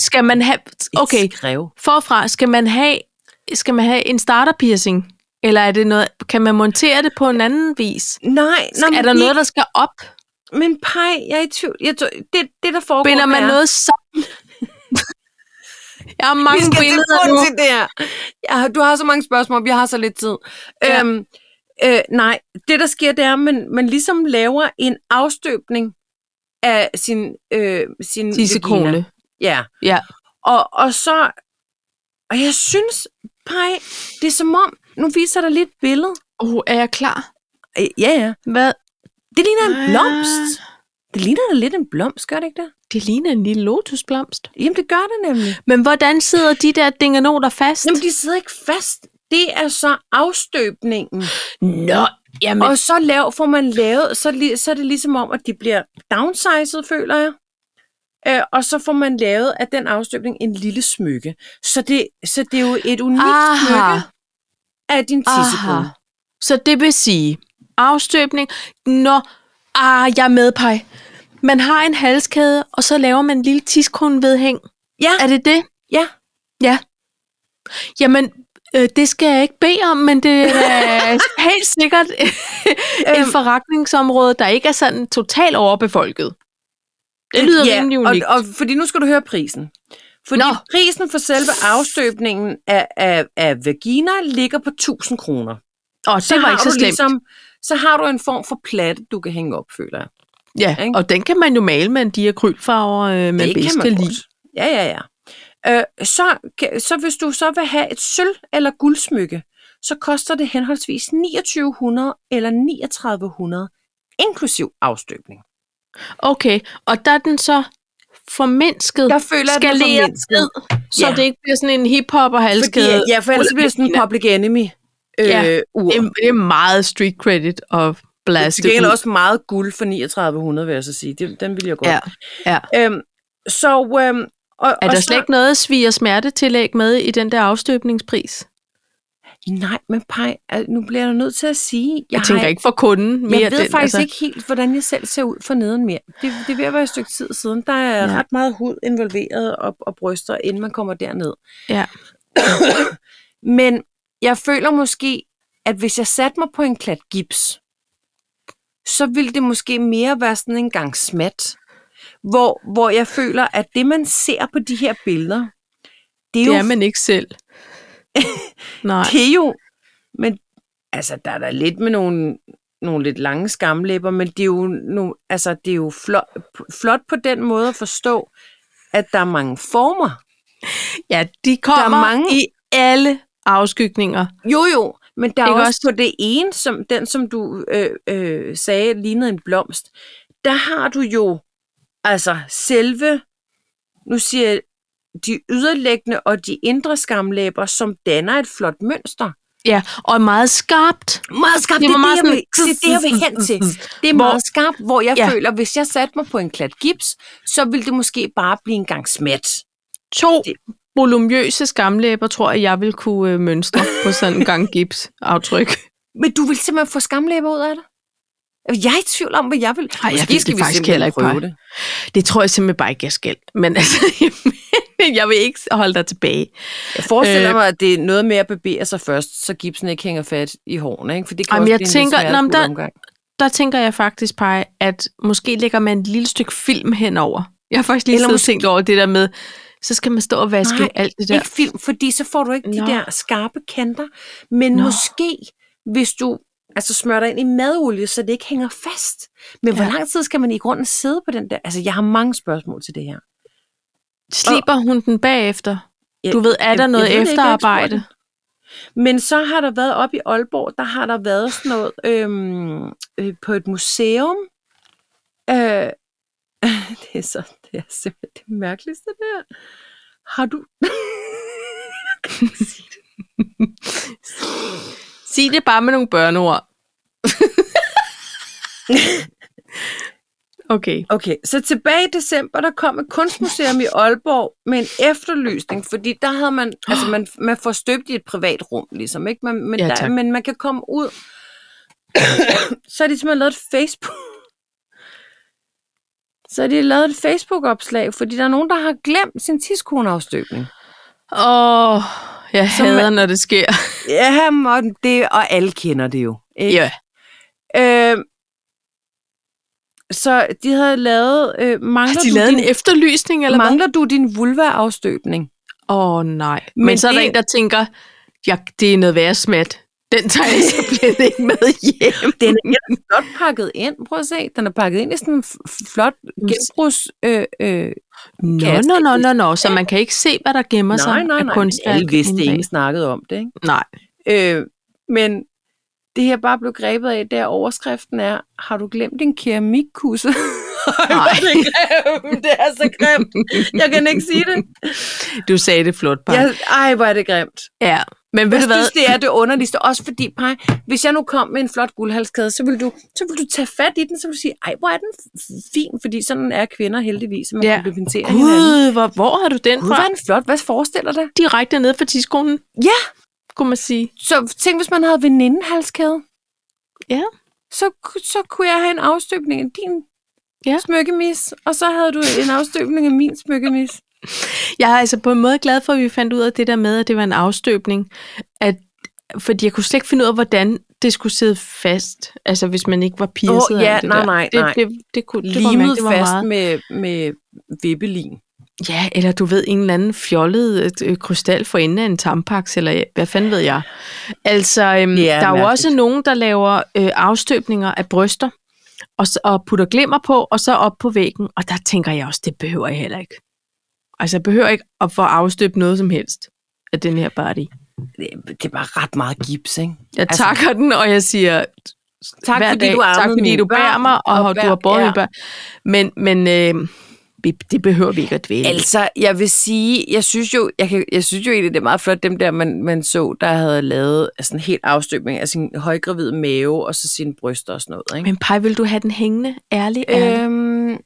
Speaker 1: skal man have, okay,
Speaker 2: Skrev.
Speaker 1: forfra, skal man have, skal man have en starter piercing? Eller er det noget, kan man montere det på en anden vis?
Speaker 2: Nej,
Speaker 1: Nå, er der noget, der skal op?
Speaker 2: Men pej, jeg er i tvivl. Jeg tror, det, det, der foregår,
Speaker 1: Binder man
Speaker 2: er,
Speaker 1: noget sammen? jeg har
Speaker 2: Vi
Speaker 1: mange
Speaker 2: skal til
Speaker 1: billeder nu.
Speaker 2: bunds i det her. Ja, du har så mange spørgsmål, vi har så lidt tid. Ja.
Speaker 1: Ja.
Speaker 2: Øhm, øh, nej, det der sker, det er, at man, man ligesom laver en afstøbning af sin, øh, sin vagina.
Speaker 1: Tissekone.
Speaker 2: Ja.
Speaker 1: Ja.
Speaker 2: Og, og så... Og jeg synes, pej, det er som om... Nu viser der lige et billede.
Speaker 1: Oh, er jeg klar?
Speaker 2: Øh, Ja, ja.
Speaker 1: Hvad?
Speaker 2: Det ligner en
Speaker 1: Ah.
Speaker 2: blomst. Det ligner da lidt en blomst, gør det ikke det?
Speaker 1: Det ligner en lille lotusblomst.
Speaker 2: Jamen, det gør det nemlig.
Speaker 1: Men hvordan sidder de der dingenoter fast?
Speaker 2: Jamen, de sidder ikke fast. Det er så afstøbningen.
Speaker 1: Nå, jamen,
Speaker 2: Men... Og så lav, får man lavet, så, li- så er det ligesom om, at de bliver downsized, føler jeg. Øh, og så får man lavet af den afstøbning en lille smykke. Så det, så det er jo et unikt Aha. smykke af din tissekone.
Speaker 1: aha. Så det vil sige, afstøbning, nå, ah, jeg er med, Paj. Man har en halskæde, og så laver man en lille tiskronvedhæng.
Speaker 2: Ja,
Speaker 1: Er det det?
Speaker 2: ja.
Speaker 1: Jamen, øh, det skal jeg ikke bede om, men det er helt sikkert et
Speaker 2: Øhm.
Speaker 1: forretningsområde, der ikke er sådan totalt overbefolket. Det lyder
Speaker 2: ja,
Speaker 1: rimelig
Speaker 2: og,
Speaker 1: unikt.
Speaker 2: og, fordi nu skal du høre prisen. Fordi Nå.
Speaker 1: Nå.
Speaker 2: prisen for selve afstøbningen af, af, af vagina ligger på 1000 kroner.
Speaker 1: og, og
Speaker 2: Så
Speaker 1: det var
Speaker 2: har
Speaker 1: ikke så
Speaker 2: du
Speaker 1: slemt. Ligesom,
Speaker 2: Ligesom, så har du en form for platte, du kan hænge op, føler jeg.
Speaker 1: ja,
Speaker 2: ikke?
Speaker 1: og den kan man jo male med de akrylfarver, øh, man bedst kan lide.
Speaker 2: godt. Ja, ja, ja. Øh, så, kan- så hvis du så vil have et sølv- eller guldsmykke, så koster det henholdsvis 2900 eller 3900 inklusiv afstøbning.
Speaker 1: Okay, og der er den så formindsket,
Speaker 2: Der føler jeg, den
Speaker 1: skaleret ned,
Speaker 2: formindsket.
Speaker 1: så
Speaker 2: Ja.
Speaker 1: det ikke bliver sådan en hiphop og
Speaker 2: Fordi,
Speaker 1: halskæde.
Speaker 2: at- ja, for ellers så bliver det sådan en public enemy øh,
Speaker 1: Ja,
Speaker 2: ur.
Speaker 1: det, er, det er meget street credit og blaste
Speaker 2: Til gengæld
Speaker 1: ud.
Speaker 2: også meget guld for 3900, vil jeg så sige. Det, den vil jeg godt.
Speaker 1: Ja, ja.
Speaker 2: Øhm, så, øhm, og,
Speaker 1: Er
Speaker 2: og
Speaker 1: der
Speaker 2: så,
Speaker 1: slet ikke noget sviger smertetillæg med i den der afstøbningspris?
Speaker 2: Nej, men pej, al- nu bliver jeg nødt til at sige, jeg,
Speaker 1: Jeg, jeg
Speaker 2: har
Speaker 1: tænker ikke for kunden mere.
Speaker 2: jeg ved
Speaker 1: den, altså.
Speaker 2: faktisk ikke helt, hvordan jeg selv ser ud for neden mere. Det, det er ved at være et stykke tid siden. Der er ja.
Speaker 1: Ja.
Speaker 2: ret meget hud involveret og, og bryster, inden man kommer derned.
Speaker 1: Ja.
Speaker 2: Men jeg føler måske, at hvis jeg satte mig på en klat gips, så ville det måske mere være sådan en gang smat. Hvor, hvor jeg føler, at det, man ser på de her billeder, det er jo
Speaker 1: Det er man ikke selv. Nej.
Speaker 2: det er jo, men altså, der er da lidt med nogle, nogle lidt lange skamlæber, men det er jo, no, altså, det er jo flot, flot på den måde at forstå, at der er mange former.
Speaker 1: Ja, de kommer
Speaker 2: Der er mange-
Speaker 1: i alle afskygninger.
Speaker 2: Jo, jo, men der er
Speaker 1: Ikke
Speaker 2: også, også
Speaker 1: også?
Speaker 2: på det ene, som, den som du øh, øh, sagde, lignede en blomst, der har du jo altså selve, nu siger jeg, de yderlæggende og de indre skamlæber, som danner et flot mønster.
Speaker 1: Ja, og meget skarpt.
Speaker 2: meget skarpt. Det,
Speaker 1: Det
Speaker 2: det,
Speaker 1: var meget
Speaker 2: er det, jeg vil,
Speaker 1: sådan-
Speaker 2: det er det, jeg vil hen til. Det er
Speaker 1: Hvor-
Speaker 2: meget skarpt, hvor jeg ja.
Speaker 1: Ja.
Speaker 2: føler, hvis jeg satte mig på en klat gips, så ville det måske bare blive en gang smat.
Speaker 1: To
Speaker 2: Det-
Speaker 1: volumøse skamlæber, tror jeg, jeg vil kunne øh, mønstre på sådan en gang gips-aftryk.
Speaker 2: Men du vil simpelthen få skamlæber ud af det? Jeg er i tvivl om, hvad jeg vil.
Speaker 1: jeg ved det faktisk heller ikke, Paj.
Speaker 2: det.
Speaker 1: Det tror jeg simpelthen bare ikke, jeg skal. Men altså, jeg vil ikke holde dig tilbage.
Speaker 2: Jeg forestiller øh,
Speaker 1: Øh.
Speaker 2: mig, at det er noget med at barbere sig først, så gipsen ikke hænger fat i hårene. Ikke? For det kan
Speaker 1: Jamen,
Speaker 2: også
Speaker 1: jeg
Speaker 2: blive en lidt
Speaker 1: tænker-
Speaker 2: smertefuld
Speaker 1: Nå, men der-
Speaker 2: omgang.
Speaker 1: Der tænker jeg faktisk, Paj, at måske lægger man et lille stykke film henover. Jeg har faktisk lige
Speaker 2: Eller
Speaker 1: siddet og
Speaker 2: måske-
Speaker 1: tænkt over det der med, så skal man stå og vaske
Speaker 2: Nej,
Speaker 1: Nej, alt det der.
Speaker 2: Ikke film, fordi så får du ikke Nå.
Speaker 1: Nå.
Speaker 2: de der skarpe kanter. Men Nå.
Speaker 1: Nå.
Speaker 2: måske, hvis du altså smører dig ind i madolie, så det ikke hænger fast. Men ja.
Speaker 1: Ja.
Speaker 2: hvor lang tid skal man i grunden sidde på den der? Altså, jeg har mange spørgsmål til det her.
Speaker 1: Sliber hun den bagefter?
Speaker 2: Jeg-
Speaker 1: Du ved, er der
Speaker 2: jeg
Speaker 1: noget
Speaker 2: ved det ikke, jeg har ikke
Speaker 1: efterarbejde?
Speaker 2: spurgt Men så har der været op i Aalborg, der har der været sådan noget øhm, øh, på et museum. Øh, det er så, det er simpelthen det mærkeligste der. Har du...
Speaker 1: Sig det bare med nogle børneord. Okay.
Speaker 2: Okay, så tilbage i december, der kom et kunstmuseum i Aalborg med en efterlysning, fordi der havde man, altså man, man får støbt i et privat rum, ligesom, ikke? Man, men,
Speaker 1: Ja,
Speaker 2: der,
Speaker 1: tak.
Speaker 2: men man kan komme ud. så har de simpelthen lavet et Facebook. Så har de lavet et Facebook-opslag, fordi der er nogen, der har glemt sin tidskoneafstøbning.
Speaker 1: Åh, oh, jeg
Speaker 2: Så
Speaker 1: hader, når det sker.
Speaker 2: Ja, Morten, det, og alle kender det jo. Ikke?
Speaker 1: Ja.
Speaker 2: Øh, så de havde lavet... Øh, mangler
Speaker 1: Har de
Speaker 2: du
Speaker 1: lavet
Speaker 2: din
Speaker 1: en efterlysning, eller hvad?
Speaker 2: Mangler du din vulva-afstøbning?
Speaker 1: Åh, oh, nej. Men,
Speaker 2: Men
Speaker 1: Men så er der
Speaker 2: det-
Speaker 1: en, der tænker, ja, det er noget værre smat. Den tager jeg simpelthen ikke med hjem.
Speaker 2: Den er ellers flot pakket ind. Prøv at se. Den er pakket ind i sådan en f- flot genbrugs... Øh, øh.
Speaker 1: Nå,
Speaker 2: kasse.
Speaker 1: nå, nå, nå, nå, så man kan ikke se, hvad der gemmer sig af
Speaker 2: men
Speaker 1: kunstværk.
Speaker 2: Alle vidste,
Speaker 1: inde
Speaker 2: ingen
Speaker 1: bag.
Speaker 2: snakkede om det. Ikke?
Speaker 1: Nej.
Speaker 2: Øh, men det her bare blev grebet af, der overskriften er, har du glemt din keramikkusse? Ej, hvor er det grimt. Det er så grimt. Jeg kan ikke sige det.
Speaker 1: Du sagde det flot, Paj.
Speaker 2: Jeg, ej, hvor er det grimt.
Speaker 1: Ja. Men ved
Speaker 2: Jeg
Speaker 1: du hvad?
Speaker 2: synes, det er det underligste. Også fordi, Paj, hvis jeg nu kom med en flot guldhalskæde, så vil du, så vil du tage fat i den, så vil du sige, ej, hvor er den f- fin, fordi sådan er kvinder heldigvis, at man
Speaker 1: Ja.
Speaker 2: ja. komplementerer hinanden.
Speaker 1: Gud, hvor, hvor har du den
Speaker 2: Gud,
Speaker 1: fra?
Speaker 2: hvor er den flot. Hvad forestiller dig?
Speaker 1: Direkte ned fra tidskonen,
Speaker 2: Ja,
Speaker 1: kunne man sige.
Speaker 2: så tænk, hvis man havde venindehalskæde.
Speaker 1: Ja.
Speaker 2: Så, ku- så kunne jeg have en afstøbning af din
Speaker 1: Ja.
Speaker 2: ja. smykkemis, og så havde du en afstøbning af min smykkemis.
Speaker 1: Jeg er altså på en måde glad for, at vi fandt ud af det der med, at det var en afstøbning. At, fordi jeg kunne slet ikke finde ud af, hvordan det skulle sidde fast. Altså, hvis man ikke var pierced.
Speaker 2: Åh,
Speaker 1: og alt
Speaker 2: ja,
Speaker 1: det
Speaker 2: nej,
Speaker 1: der.
Speaker 2: nej, nej.
Speaker 1: Det, det, det, kunne, det, kunne man,
Speaker 2: Limet
Speaker 1: det var
Speaker 2: fast
Speaker 1: meget.
Speaker 2: med, med vippelin.
Speaker 1: Ja, eller du ved, en eller anden fjollet øh, krystal for enden af en tampax, eller hvad fanden ved jeg. Altså, øhm,
Speaker 2: Det
Speaker 1: der
Speaker 2: er
Speaker 1: er jo
Speaker 2: mærkeligt.
Speaker 1: også nogen, der laver øh, afstøbninger af bryster, og, s- og putter glimmer på, og så op på væggen, og der tænker jeg også, det behøver jeg heller ikke. Altså, jeg behøver ikke at få afstøbt noget som helst af den her body.
Speaker 2: Det, det er bare ret meget gips, ikke?
Speaker 1: Jeg
Speaker 2: Altså-
Speaker 1: altså, takker den, og jeg siger,
Speaker 2: Tak
Speaker 1: hver
Speaker 2: fordi
Speaker 1: dag,
Speaker 2: du
Speaker 1: tak fordi du bærer mig, og, og du har båret ja.
Speaker 2: ja.
Speaker 1: børn. Men, men øh, vi- det behøver vi ikke at dvæle. Altså,
Speaker 2: Altså, jeg vil sige, jeg synes jo, jeg, kan, jeg synes jo egentlig, det er meget flot, dem der, man, man så, der havde lavet sådan en helt afstøbning af sin højgravide mave, og så sine bryster og sådan noget, ikke?
Speaker 1: men Paj, vil du have den hængende? Ærlig, ærlig.
Speaker 2: Øhm,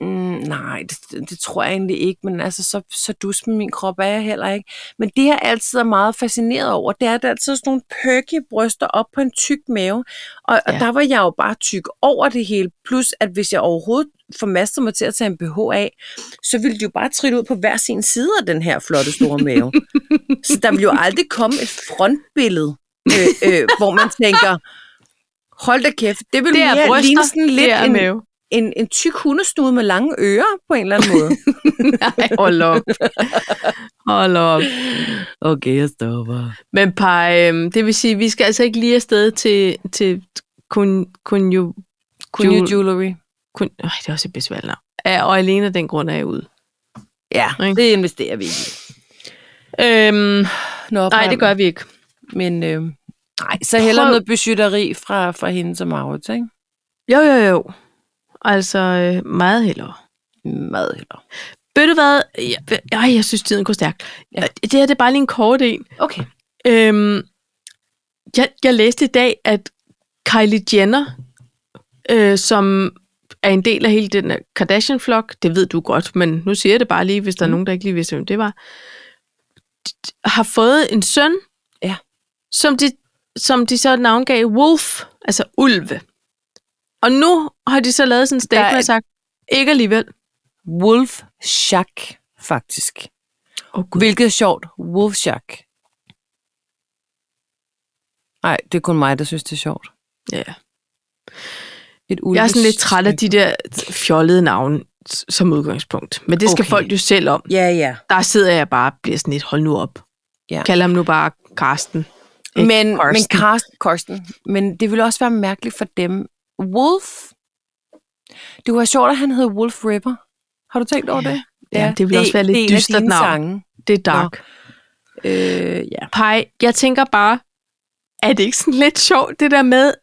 Speaker 2: mm, nej, det, det tror jeg egentlig ikke, men altså, så, så dus med min krop er jeg heller ikke. Men det, jeg altid er meget fascineret over, det er, at der altid er sådan nogle perky bryster op på en tyk mave. Og, ja.
Speaker 1: Ja.
Speaker 2: og der var jeg jo bare tyk over det hele. Plus, at hvis jeg overhovedet formastede mig til at tage en BH af, så ville de jo bare trille ud på hver sin side af den her flotte store mave. så der ville jo aldrig komme et frontbillede, øh, øh, hvor man tænker, hold da kæft, det ville
Speaker 1: Det er
Speaker 2: mere
Speaker 1: bryster,
Speaker 2: ligne sådan lidt
Speaker 1: det er
Speaker 2: en,
Speaker 1: mave.
Speaker 2: en, en tyk hundesnude med lange ører på en eller anden måde.
Speaker 1: Nej, hold op. hold op.
Speaker 2: okay, jeg stopper.
Speaker 1: Men Paj, øhm, det vil sige, vi skal altså ikke lige afsted til, til kun, kun jo...
Speaker 2: Kun you jewelry.
Speaker 1: kun, øh, det er også et besværligt navn. Ja, og alene af den grund er jeg ude.
Speaker 2: Ja,
Speaker 1: Ikke?
Speaker 2: det investerer vi ikke. i.
Speaker 1: Øhm,
Speaker 2: Nå,
Speaker 1: nej, det gør vi ikke.
Speaker 2: Men øh, nej, så heller
Speaker 1: Prøv-
Speaker 2: noget beskytteri fra, fra hende som Maurits, ikke?
Speaker 1: Jo, jo, jo. Altså, øh, meget hellere.
Speaker 2: Mad heller.
Speaker 1: Ved du hvad? Jeg, jeg, jeg synes, tiden går stærkt.
Speaker 2: Ja.
Speaker 1: Ja. Det her det er bare lige en kort en.
Speaker 2: Okay.
Speaker 1: Øhm, jeg, jeg læste i dag, at Kylie Jenner, øh, som er en del af hele den her Kardashian-flok, det ved du godt, men nu siger jeg det bare lige, hvis der er
Speaker 2: Mm.
Speaker 1: nogen, der ikke lige vidste, hvem det var, d- d- har fået en søn,
Speaker 2: Ja.
Speaker 1: som, de, som de så navngav Wolf, altså ulve. Og nu har de så lavet sådan en
Speaker 2: Der
Speaker 1: statement
Speaker 2: er-
Speaker 1: og sagt, ikke alligevel.
Speaker 2: Wolf Shack, faktisk.
Speaker 1: Oh,
Speaker 2: Hvilket er sjovt. Wolf Shack. Nej, det er kun mig, der synes, det er sjovt.
Speaker 1: Ja.
Speaker 2: Et
Speaker 1: Jeg er sådan lidt træt af de der fjollede navne s- som udgangspunkt. Men det skal
Speaker 2: Okay.
Speaker 1: okay. folk jo selv om.
Speaker 2: Ja, ja.
Speaker 1: der sidder jeg bare og bliver sådan lidt, hold nu op.
Speaker 2: Ja.
Speaker 1: Ja. Kald ham nu bare Karsten. Ikke
Speaker 2: Men, men
Speaker 1: Karsten.
Speaker 2: Karsten, Karsten, men det ville også være mærkeligt for dem. Wolf, det var sjovt, at han hed Wolf Ripper. Har du tænkt over
Speaker 1: Ja.
Speaker 2: det?
Speaker 1: Ja, det ville også være lidt
Speaker 2: det er en af
Speaker 1: dystert
Speaker 2: dine
Speaker 1: navn.
Speaker 2: Sange.
Speaker 1: Det er dark.
Speaker 2: Øh, ja.
Speaker 1: Pej, jeg tænker bare, er det ikke sådan lidt sjovt, det der med,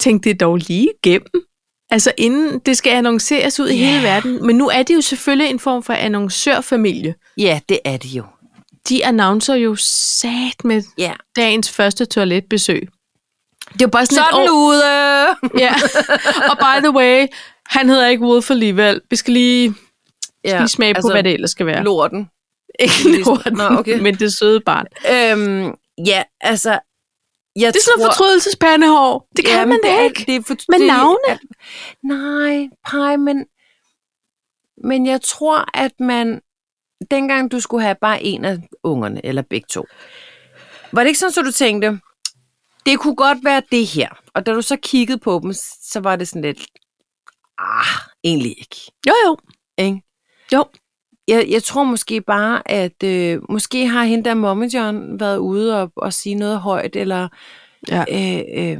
Speaker 1: tænk det dog lige igennem. Altså inden det skal annonceres ud i
Speaker 2: Ja.
Speaker 1: hele verden. Men nu er det jo selvfølgelig en form for annoncørfamilie.
Speaker 2: ja, det er det jo.
Speaker 1: De annoncerer jo sat med
Speaker 2: Ja.
Speaker 1: dagens første toiletbesøg. Det er jo bare sådan, lidt,
Speaker 2: Sådan
Speaker 1: "Åh,
Speaker 2: ude!
Speaker 1: Ja, og by the way, Han hedder ikke Wolf alligevel. Vi skal lige, ja,
Speaker 2: Ja,
Speaker 1: lige smage altså, på,
Speaker 2: altså,
Speaker 1: hvad det ellers skal være.
Speaker 2: Lorten.
Speaker 1: Ikke lorten,
Speaker 2: Nå, okay.
Speaker 1: men det søde barn.
Speaker 2: Øhm, ja, altså... Jeg
Speaker 1: Det er sådan
Speaker 2: tror,
Speaker 1: noget fortrydelsespandehår. Det kan
Speaker 2: Jamen,
Speaker 1: man da
Speaker 2: er-
Speaker 1: ikke.
Speaker 2: Det er for,
Speaker 1: Med
Speaker 2: det,
Speaker 1: navne?
Speaker 2: Er, nej, pej, men, men jeg tror, at man, dengang du skulle have bare en af ungerne, eller begge to, var det ikke sådan, så du tænkte, det kunne godt være det her. Og da du så kiggede på dem, så var det sådan lidt, ah, egentlig ikke.
Speaker 1: Jo, jo.
Speaker 2: ikke?
Speaker 1: Jo.
Speaker 2: Jeg, jeg tror måske bare, at øh, måske har hende der Mommy John været ude og, og sige noget højt, eller
Speaker 1: Ja.
Speaker 2: Øh, øh.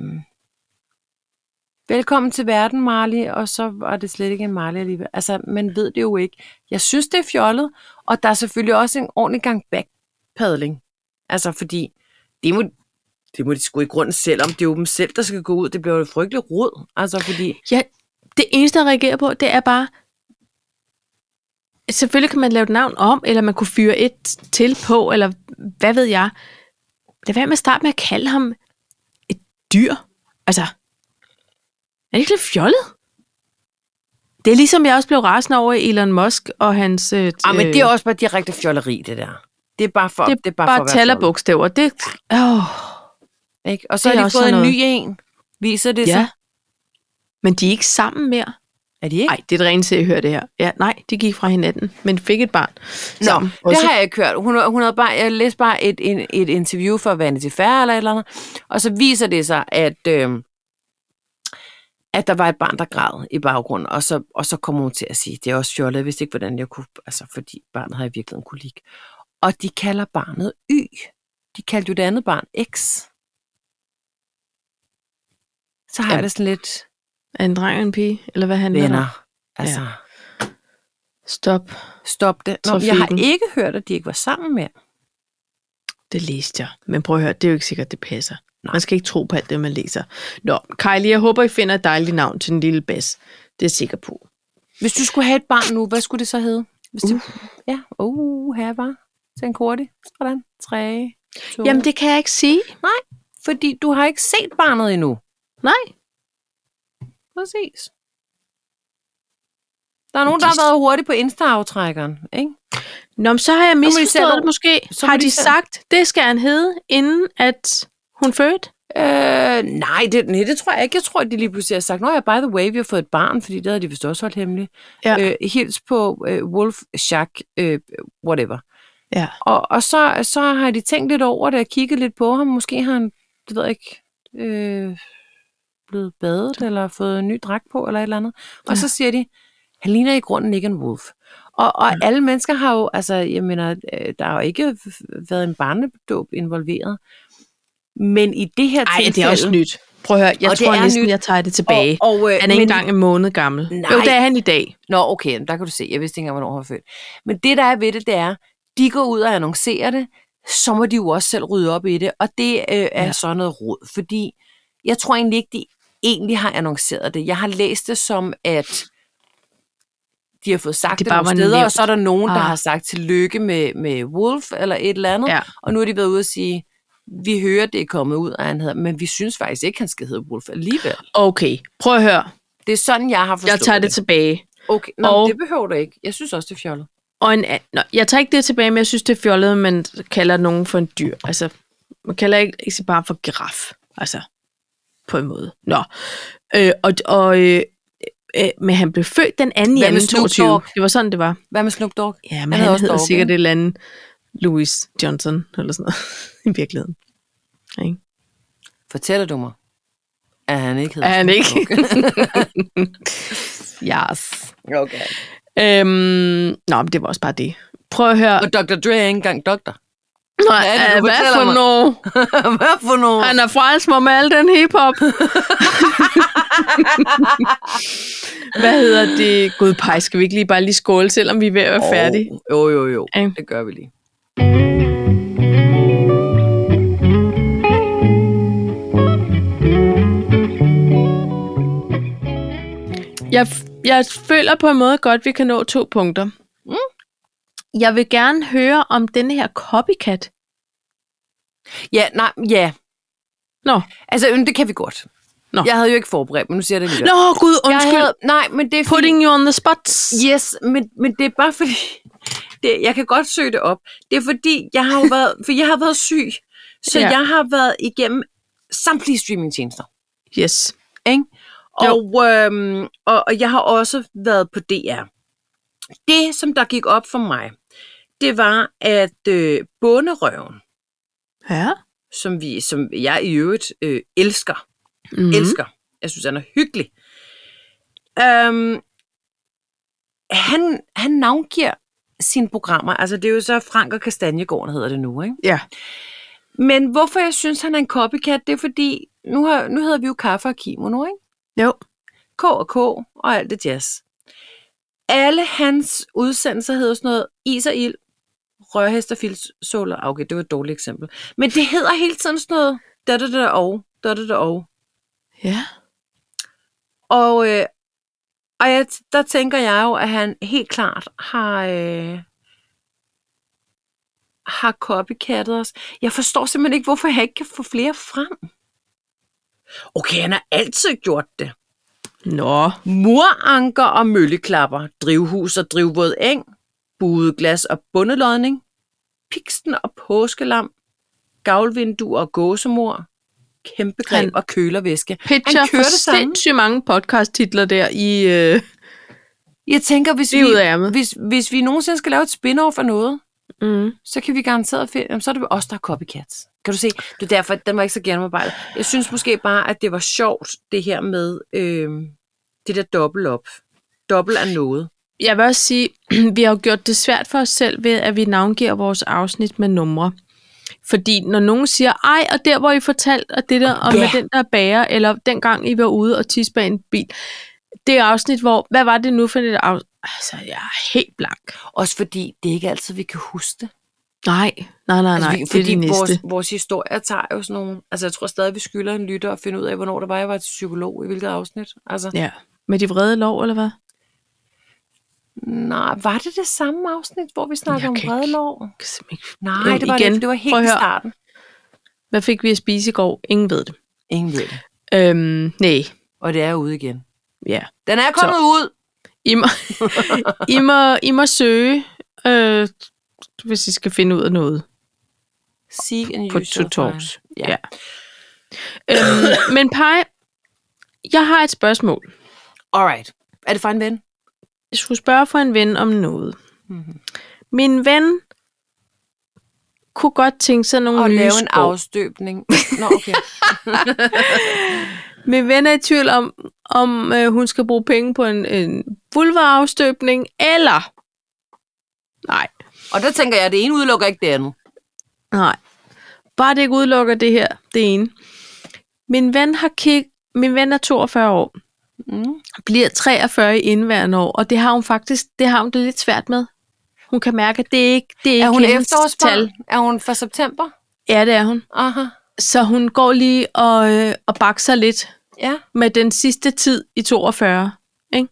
Speaker 2: Velkommen til verden, Marley, og så var det slet ikke en Marley alligevel. Altså, man ved det jo ikke. Jeg synes, det er fjollet, og der er selvfølgelig også en ordentlig gang backpaddling. Altså, fordi det må, det må de sgu i grunden selv, om det er jo dem selv, der skal gå ud. Det bliver jo et frygteligt rod. Altså, fordi...
Speaker 1: Ja, det eneste, jeg reagerer på, det er bare... Selvfølgelig kan man lave et navn om, eller man kunne fyre et til på, eller hvad ved jeg. Lad være med at starte med at kalde ham et dyr. Altså, er det ikke lidt fjollet? Det er ligesom, jeg også blev rasende over Elon Musk og hans... Øh,
Speaker 2: Ah, men det er også bare direkte fjolleri, det der. Det er bare for,
Speaker 1: det er bare, bare
Speaker 2: for at være
Speaker 1: tal og
Speaker 2: fjollet,
Speaker 1: bogstaver. Det, oh,
Speaker 2: Ikke? Og så
Speaker 1: Det er
Speaker 2: har de
Speaker 1: også
Speaker 2: fået en
Speaker 1: sådan
Speaker 2: ny en. Viser det
Speaker 1: ja.
Speaker 2: sig?
Speaker 1: Men de er ikke sammen mere.
Speaker 2: Er de ikke?
Speaker 1: Nej, det er det rene til at høre det her. Ja, nej, de gik fra hinanden, men fik et barn.
Speaker 2: Nå,
Speaker 1: Så,
Speaker 2: det har jeg ikke hørt. Hun, hun havde bare, jeg læste bare et, en, et interview for Vanity Fair eller et eller andet, og så viser det sig, at, øh, at der var et barn, der græd i baggrunden, og så, og så kom hun til at sige, det er også fjollet, jeg vidste ikke, hvordan jeg kunne, altså fordi barnet har i virkeligheden kolik. Og de kalder barnet Y. De kaldte jo det andet barn X. Så har
Speaker 1: Ja.
Speaker 2: ja. jeg det sådan lidt,
Speaker 1: Er en dreng og en pige? Eller hvad handler det om?
Speaker 2: venner, altså, ja.
Speaker 1: Stop.
Speaker 2: stop det. Nå, men jeg har
Speaker 1: Trafikken.
Speaker 2: ikke hørt, at de ikke var sammen mere.
Speaker 1: Det læste jeg. Men prøv at høre, det er jo ikke sikkert, det passer.
Speaker 2: Nej.
Speaker 1: Man skal ikke tro på alt det, man læser. Nå, Kylie, jeg håber, I finder et dejligt navn til den lille bas. Det er jeg sikker på.
Speaker 2: Hvis du skulle have et barn nu, hvad skulle det så hedde? Hvis det, Ja, uh, her var. Så en hurtig. Sådan. Tre, to.
Speaker 1: Jamen, det kan jeg ikke sige.
Speaker 2: Fordi du har ikke set barnet endnu.
Speaker 1: Nej.
Speaker 2: Præcis. Der er nogen, der
Speaker 1: de-
Speaker 2: har været hurtig på Insta-aftrækkeren, ikke?
Speaker 1: Nå, men så har jeg
Speaker 2: må de selv
Speaker 1: misforstået
Speaker 2: om-
Speaker 1: det måske.
Speaker 2: så må
Speaker 1: har
Speaker 2: de
Speaker 1: de
Speaker 2: selv-
Speaker 1: sagt, det skal han hedde, inden at hun fødte?
Speaker 2: Øh, nej, det, nej, det tror jeg ikke. Jeg tror, at de lige pludselig har sagt, Nå ja, by the way, vi har fået et barn, fordi det havde de vist også holdt hemmeligt.
Speaker 1: Ja.
Speaker 2: Øh, hils på øh, Wolf, Jack, øh, whatever.
Speaker 1: Ja.
Speaker 2: Og, og så, så har de tænkt lidt over det og kigget lidt på ham. Måske har han, det ved jeg ikke, øh, blevet badet eller fået en ny dragt på eller et eller andet. Og ja. så siger de, han ligner i grunden ikke en wolf. Og, og ja. alle mennesker har jo, altså jeg mener, øh, der har jo ikke været en barnedåb involveret. Men i det her
Speaker 1: Nej,
Speaker 2: tilfælde...
Speaker 1: det er også nyt. Prøv at høre, jeg
Speaker 2: Og det
Speaker 1: tror
Speaker 2: er
Speaker 1: næsten,
Speaker 2: nyt.
Speaker 1: jeg tager det tilbage.
Speaker 2: Og, og, øh,
Speaker 1: han er ikke
Speaker 2: men-
Speaker 1: engang en måned gammel.
Speaker 2: Nej.
Speaker 1: Jo, det er han i dag.
Speaker 2: Nå, okay, men der kan du se. Jeg vidste ikke engang, hvornår hun var født. Men det, der er ved det, det er, de går ud og annoncerer det, så må de jo også selv rydde op i det, og det øh, er
Speaker 1: Ja.
Speaker 2: ja. sådan noget råd, fordi jeg tror egentlig ikke, de egentlig har annonceret det. Jeg har læst det som, at de har fået sagt
Speaker 1: Det
Speaker 2: det,
Speaker 1: bare
Speaker 2: det nogle
Speaker 1: var
Speaker 2: steder, og
Speaker 1: nævnt.
Speaker 2: så er der nogen, ah. der
Speaker 1: Ah.
Speaker 2: har sagt tillykke med, med Wolf eller et eller andet,
Speaker 1: Ja.
Speaker 2: og nu er de været ude og sige, vi hører, det er kommet ud, og han hedder, men vi synes faktisk ikke, han skal hedde Wolf alligevel.
Speaker 1: Okay, prøv at høre.
Speaker 2: Det er sådan, jeg har forstået
Speaker 1: Jeg tager det tilbage.
Speaker 2: Okay, nå,
Speaker 1: Og-
Speaker 2: og... det behøver du ikke. Jeg synes også, det er fjollet.
Speaker 1: Og en, a- nå, jeg tager ikke det tilbage, men jeg synes, det er fjollet, at man kalder nogen for en dyr. Altså, man kalder ikke, ikke bare for giraf. Altså, på en måde. Nå. Øh, og, og, øh, øh, men han blev født den 2.
Speaker 2: Hvad med
Speaker 1: januar
Speaker 2: Snoop
Speaker 1: 22.
Speaker 2: Dogg?
Speaker 1: Det var sådan, det var.
Speaker 2: Hvad med Snoop Dogg?
Speaker 1: Ja, men han,
Speaker 2: hedder
Speaker 1: han
Speaker 2: også
Speaker 1: hedder
Speaker 2: Dogg,
Speaker 1: sikkert
Speaker 2: ikke?
Speaker 1: et eller andet Louis Johnson, eller sådan noget, i virkeligheden. Ikke?
Speaker 2: Fortæller du mig, at han ikke hedder
Speaker 1: Er han
Speaker 2: Snoop
Speaker 1: ikke? yes.
Speaker 2: Dogg? okay.
Speaker 1: Øhm, nå, men det var også bare det. Prøv at høre.
Speaker 2: Og Dr. Dre er ikke engang doktor.
Speaker 1: Nå,
Speaker 2: er det, du
Speaker 1: øh, hvad
Speaker 2: fortæller
Speaker 1: for
Speaker 2: mig?
Speaker 1: noget?
Speaker 2: Hvad for noget?
Speaker 1: Han er fransk med al den hiphop. Hvad hedder det? Gud pej, skal vi ikke lige bare lige skåle, selvom vi er ved at være færdige?
Speaker 2: Jo, jo, jo.
Speaker 1: Ikke?
Speaker 2: Det gør vi lige.
Speaker 1: Jeg, jeg føler på en måde godt, vi kan nå to punkter. Mm. Jeg vil gerne høre om denne her copycat.
Speaker 2: Ja, nej, ja.
Speaker 1: Nå,
Speaker 2: Altså, øhm, det kan vi godt.
Speaker 1: Nå.
Speaker 2: Jeg havde jo ikke forberedt, men nu siger jeg det lige.
Speaker 1: Nå, gud,
Speaker 2: jeg
Speaker 1: undskyld.
Speaker 2: havde, nej, men det er fordi,
Speaker 1: Putting you on the spots.
Speaker 2: Yes, men, men det er bare fordi, det, jeg kan godt søge det op. Det er fordi, jeg har jo været, for jeg har været syg, så
Speaker 1: Ja.
Speaker 2: ja. jeg har været igennem samtlige streamingtjenester.
Speaker 1: Yes.
Speaker 2: Ikke?
Speaker 1: Jo.
Speaker 2: Og, øhm, og, og jeg har også været på DR. Det, som der gik op for mig, det var, at øh, bonderøven,
Speaker 1: Ja.
Speaker 2: som, vi, som jeg i øvrigt øh, elsker,
Speaker 1: Mm.
Speaker 2: mm. elsker. Jeg synes, han er hyggelig. Øhm, han, han navngiver sine programmer. Altså, det er jo så Frank og Kastanjegården hedder det nu, ikke?
Speaker 1: Ja.
Speaker 2: Men hvorfor jeg synes, han er en copycat, det er fordi, nu, har, nu hedder vi jo Kaffe og Kimono, ikke?
Speaker 1: Jo.
Speaker 2: K og K og alt det jazz. Alle hans udsendelser hedder sådan noget is og ild, rørhest og fildsål og okay, det var et dårligt eksempel. Men det hedder hele tiden sådan noget da da da og, da da da og.
Speaker 1: Ja.
Speaker 2: Og, øh, og jeg, der tænker jeg jo, at han helt klart har, øh, har copycattet os. Jeg forstår simpelthen ikke, hvorfor jeg ikke kan få flere frem. Okay, han har altid gjort det.
Speaker 1: Nå.
Speaker 2: Muranker og mølleklapper, drivhus og drivvåd eng, budeglas og bundelodning, piksten og påskelam, gavlvinduer og gåsemor, kæmpegreb
Speaker 1: Han-
Speaker 2: og kølervæske.
Speaker 1: Pitcher
Speaker 2: kører
Speaker 1: for
Speaker 2: det samme.
Speaker 1: sindssygt mange podcast-titler der i... Øh,
Speaker 2: Jeg tænker, hvis
Speaker 1: Lige ud af
Speaker 2: vi,
Speaker 1: ærmet.
Speaker 2: hvis, hvis vi nogensinde skal lave et spin-off af noget,
Speaker 1: mm.
Speaker 2: så kan vi garanteret finde, jamen, så er det os, der er copycats. Kan du se? Det er derfor, at den var ikke så gennemarbejdet. Jeg synes måske bare, at det var sjovt, det her med øh, det der dobbelt op. Dobbelt af noget.
Speaker 1: Jeg vil også sige, vi har jo gjort det svært for os selv ved, at vi navngiver vores afsnit med numre. Fordi når nogen siger, ej, og der hvor I fortalte, og det der, og
Speaker 2: Ja.
Speaker 1: med den der bager, eller dengang I var ude og tisse bag en bil, det er afsnit, hvor, hvad var det nu for et afsnit? Altså, jeg er helt blank.
Speaker 2: Også fordi, det er ikke altid, vi kan huske det.
Speaker 1: Nej, nej, nej, nej,
Speaker 2: vi,
Speaker 1: altså, det er
Speaker 2: fordi
Speaker 1: det næste.
Speaker 2: vores,
Speaker 1: Vores...
Speaker 2: vores historier tager jo sådan nogle... Altså, jeg tror stadig, vi skylder en lytter at finde ud af, hvornår det var, jeg var til psykolog, i hvilket afsnit. Altså,
Speaker 1: Ja, med de vrede lov, eller hvad?
Speaker 2: nej, var det det samme afsnit, hvor vi snakkede
Speaker 1: Jeg
Speaker 2: om
Speaker 1: kan ikke-
Speaker 2: vredlov?
Speaker 1: Jeg kan simpelthen ikke-
Speaker 2: Nej,
Speaker 1: Jo,
Speaker 2: det var,
Speaker 1: igen.
Speaker 2: det, det var
Speaker 1: Prøv
Speaker 2: helt
Speaker 1: at
Speaker 2: i
Speaker 1: høre.
Speaker 2: starten.
Speaker 1: Hvad fik vi at spise i går? Ingen ved det.
Speaker 2: Ingen ved det.
Speaker 1: Øhm, nej,
Speaker 2: Og det er ude igen.
Speaker 1: ja.
Speaker 2: Den er kommet så. ud.
Speaker 1: I må, I må, I må søge, øh, hvis I skal finde ud af noget
Speaker 2: Seek and
Speaker 1: på
Speaker 2: use your
Speaker 1: Two Talks.
Speaker 2: time. Ja.
Speaker 1: Ja. Øhm, men Paj, jeg har et spørgsmål.
Speaker 2: Alright. Er det fra en
Speaker 1: Mm,
Speaker 2: ven?
Speaker 1: Jeg skulle spørge for en ven om noget.
Speaker 2: Mm-hmm.
Speaker 1: Min ven kunne godt tænke sig nogle
Speaker 2: Og
Speaker 1: nye
Speaker 2: lave en
Speaker 1: sko.
Speaker 2: afstøbning. Nå, okay.
Speaker 1: Min ven er i tvivl om, om øh, hun skal bruge penge på en, en vulvaafstøbning, eller... Nej,
Speaker 2: Og der tænker jeg, at det ene udelukker ikke det andet.
Speaker 1: Nej. Bare det ikke udelukker det her, det ene. Min ven, har kig... Min ven er 42 år,
Speaker 2: Mm.
Speaker 1: bliver 43 i indværende år, og det har hun faktisk det har hun det lidt svært med. Hun kan mærke, at det er ikke det er,
Speaker 2: Er
Speaker 1: ikke
Speaker 2: hun
Speaker 1: hendes
Speaker 2: efterårsbarn? Er hun fra september?
Speaker 1: Ja, det er hun.
Speaker 2: Aha.
Speaker 1: Så hun går lige og, øh, og bakser lidt
Speaker 2: Ja.
Speaker 1: med den sidste tid i 42. Ikke?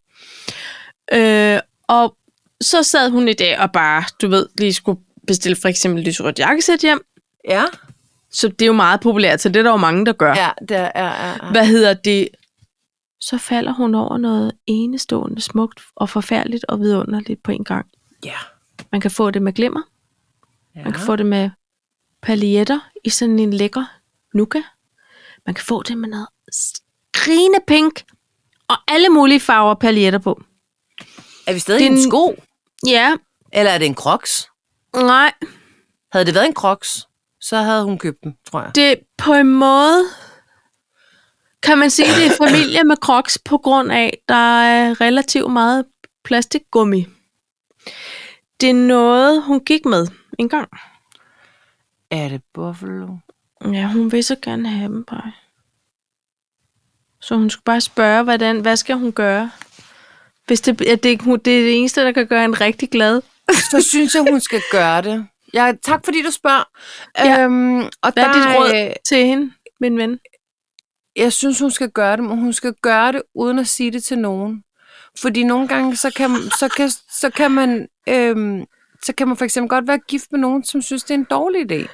Speaker 1: Øh, og så sad hun i dag og bare, du ved, lige skulle bestille for eksempel lyserødt jakkesæt hjem.
Speaker 2: Ja.
Speaker 1: Så det er jo meget populært, så det er der jo mange, der gør.
Speaker 2: Ja, der er... Ja, ja.
Speaker 1: Ah. hvad hedder det, så falder hun over noget enestående smukt og forfærdeligt og vidunderligt på en gang.
Speaker 2: ja.
Speaker 1: Man kan få det med glimmer,
Speaker 2: ja.
Speaker 1: man kan få det med paljetter i sådan en lækker nuka. Man kan få det med noget skrigende pink og alle mulige farver og paljetter på.
Speaker 2: Er vi stadig
Speaker 1: Det er
Speaker 2: i en
Speaker 1: en-
Speaker 2: sko?
Speaker 1: Ja,
Speaker 2: Eller er det en crocs?
Speaker 1: nej,
Speaker 2: Havde det været en crocs, så havde hun købt den, tror jeg.
Speaker 1: det på en måde kan man sige, det er familie med crocs på grund af, der er relativt meget plastikgummi. Det er noget, hun gik med en gang.
Speaker 2: Er det buffalo?
Speaker 1: Ja, hun vil så gerne have dem bare. Så hun skulle bare spørge, hvordan, hvad skal hun gøre? Hvis det, ja, det, er, hun- det er det eneste, der kan gøre en rigtig glad.
Speaker 2: så synes jeg, hun skal gøre det. Ja, tak fordi du spørger.
Speaker 1: Ja.
Speaker 2: Øhm, og
Speaker 1: Hvad er
Speaker 2: der,
Speaker 1: dit råd
Speaker 2: øh,
Speaker 1: til hende, min ven?
Speaker 2: Jeg synes, hun skal gøre det, men hun skal gøre det uden at sige det til nogen. Fordi nogle gange, så kan, så kan, så kan man... Øhm, så kan man for eksempel godt være gift med nogen, som synes, det er en dårlig idé.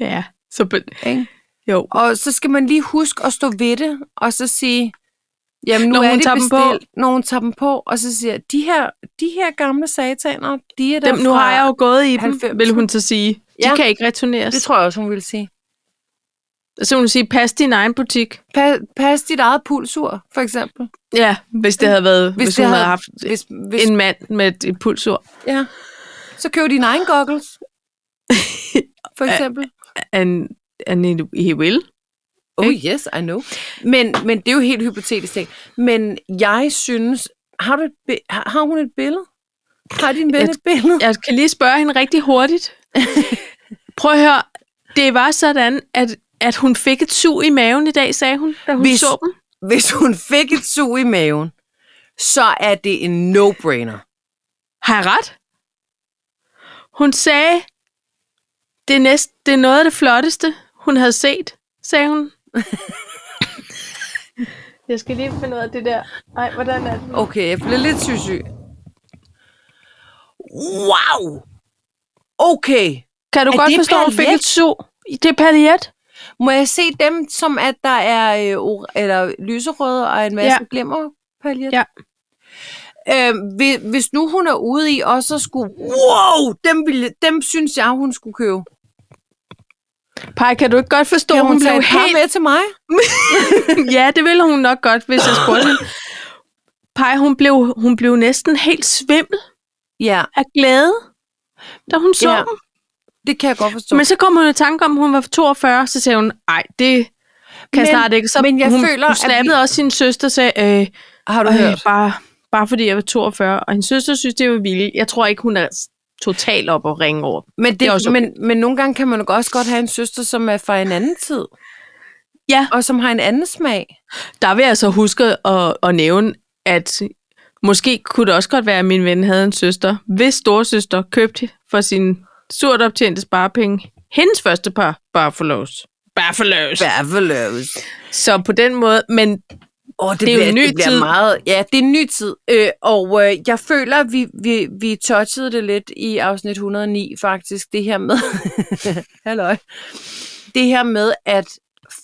Speaker 1: Ja, så, be-
Speaker 2: Ikke?
Speaker 1: Jo.
Speaker 2: Og så skal man lige huske at stå ved det, og så sige, jamen nu
Speaker 1: Når
Speaker 2: er
Speaker 1: hun
Speaker 2: det
Speaker 1: tager dem
Speaker 2: bestilt,
Speaker 1: på.
Speaker 2: når hun tager dem på, og så siger de her, de her gamle sataner, de er der
Speaker 1: Dem, nu har jeg jo gået i dem,
Speaker 2: 90'erne.
Speaker 1: vil hun så sige. De
Speaker 2: Ja.
Speaker 1: ja. kan ikke returneres.
Speaker 2: Det tror jeg også, hun ville sige.
Speaker 1: Så vil hun sige, pas din egen butik.
Speaker 2: Pa, pas dit eget pulsur, for eksempel.
Speaker 1: Ja, hvis det havde været, hvis, hvis
Speaker 2: det
Speaker 1: hun havde, havde haft
Speaker 2: Hvis, hvis,
Speaker 1: hvis... en mand med et pulsur
Speaker 2: ja. Så køb dine egen goggles, for eksempel.
Speaker 1: af en, af en Evil.
Speaker 2: Oh
Speaker 1: Ikke?
Speaker 2: yes, I know. Men, men det er jo helt hypotetisk ting. Men jeg synes, har, du et, bi- har, har hun et billede? Har din ven
Speaker 1: Jeg-
Speaker 2: et billede?
Speaker 1: Jeg kan lige spørge hende rigtig hurtigt. Prøv at høre, det var sådan, at, at hun fik et sug i maven i dag, sagde hun, da hun
Speaker 2: Hvis-
Speaker 1: hvis... så dem.
Speaker 2: Hvis hun fik et sug i maven, så er det en no-brainer.
Speaker 1: Har jeg ret? Hun sagde, det er, næst, det er noget af det flotteste, hun havde set, sagde hun. jeg skal lige finde ud af det der. Nej, hvordan er det?
Speaker 2: Okay, jeg bliver lidt syg Wow! Okay,
Speaker 1: Kan du
Speaker 2: Er
Speaker 1: godt
Speaker 2: det
Speaker 1: forstå, at hun fik
Speaker 2: palet?
Speaker 1: et sug? Det er paljet.
Speaker 2: må jeg se dem, som at der er øh, or- eller lyserøde og en masse ja.
Speaker 1: Ja.
Speaker 2: glimmer?
Speaker 1: Ja.
Speaker 2: Øhm, hvis, hvis nu hun er ude i også at skulle, wow, dem, ville, dem synes jeg, hun skulle købe.
Speaker 1: Pej, kan du ikke godt forstå,
Speaker 2: Kan
Speaker 1: hun, hun
Speaker 2: tage
Speaker 1: blev
Speaker 2: et par
Speaker 1: helt
Speaker 2: med til mig?
Speaker 1: ja, det ville hun nok godt, hvis jeg spurgte hende. Pej, hun blev, hun blev næsten helt svimmel
Speaker 2: Ja,
Speaker 1: af glæde, da hun så
Speaker 2: Ja,
Speaker 1: ja, dem.
Speaker 2: det kan jeg godt forstå.
Speaker 1: Men så kom hun i tanke om, at hun var 42, så sagde hun, nej, det kan
Speaker 2: Men-
Speaker 1: men, snart ikke. Så
Speaker 2: men jeg
Speaker 1: hun,
Speaker 2: føler,
Speaker 1: hun
Speaker 2: at
Speaker 1: snappede vi... også sin søster og sagde, øh,
Speaker 2: har du
Speaker 1: øh,
Speaker 2: hørt?
Speaker 1: bare, bare fordi jeg var 42. Og hendes søster synes, det var vildt. Jeg tror ikke, hun er s- totalt op og ringe over.
Speaker 2: Men, det,
Speaker 1: det
Speaker 2: det
Speaker 1: er også
Speaker 2: men, men nogle gange kan man jo også godt have en søster, som er fra en anden tid.
Speaker 1: Ja.
Speaker 2: Og som har en anden smag.
Speaker 1: Der vil jeg så huske at, at nævne, at måske kunne det også godt være, at min ven havde en søster, hvis storsøster købte for sin surt optjente sparepenge hendes første par Buffalo's. Buffalo's.
Speaker 2: Baffaløs.
Speaker 1: Så på den måde, men
Speaker 2: Åh, det,
Speaker 1: Det er jo
Speaker 2: bliver,
Speaker 1: en ny
Speaker 2: det bliver
Speaker 1: tid.
Speaker 2: meget... Ja, det er en ny tid. Øh, og øh, jeg føler, at vi, vi, vi touchede det lidt i afsnit 109 faktisk, det her med... Halløj. Det her med, at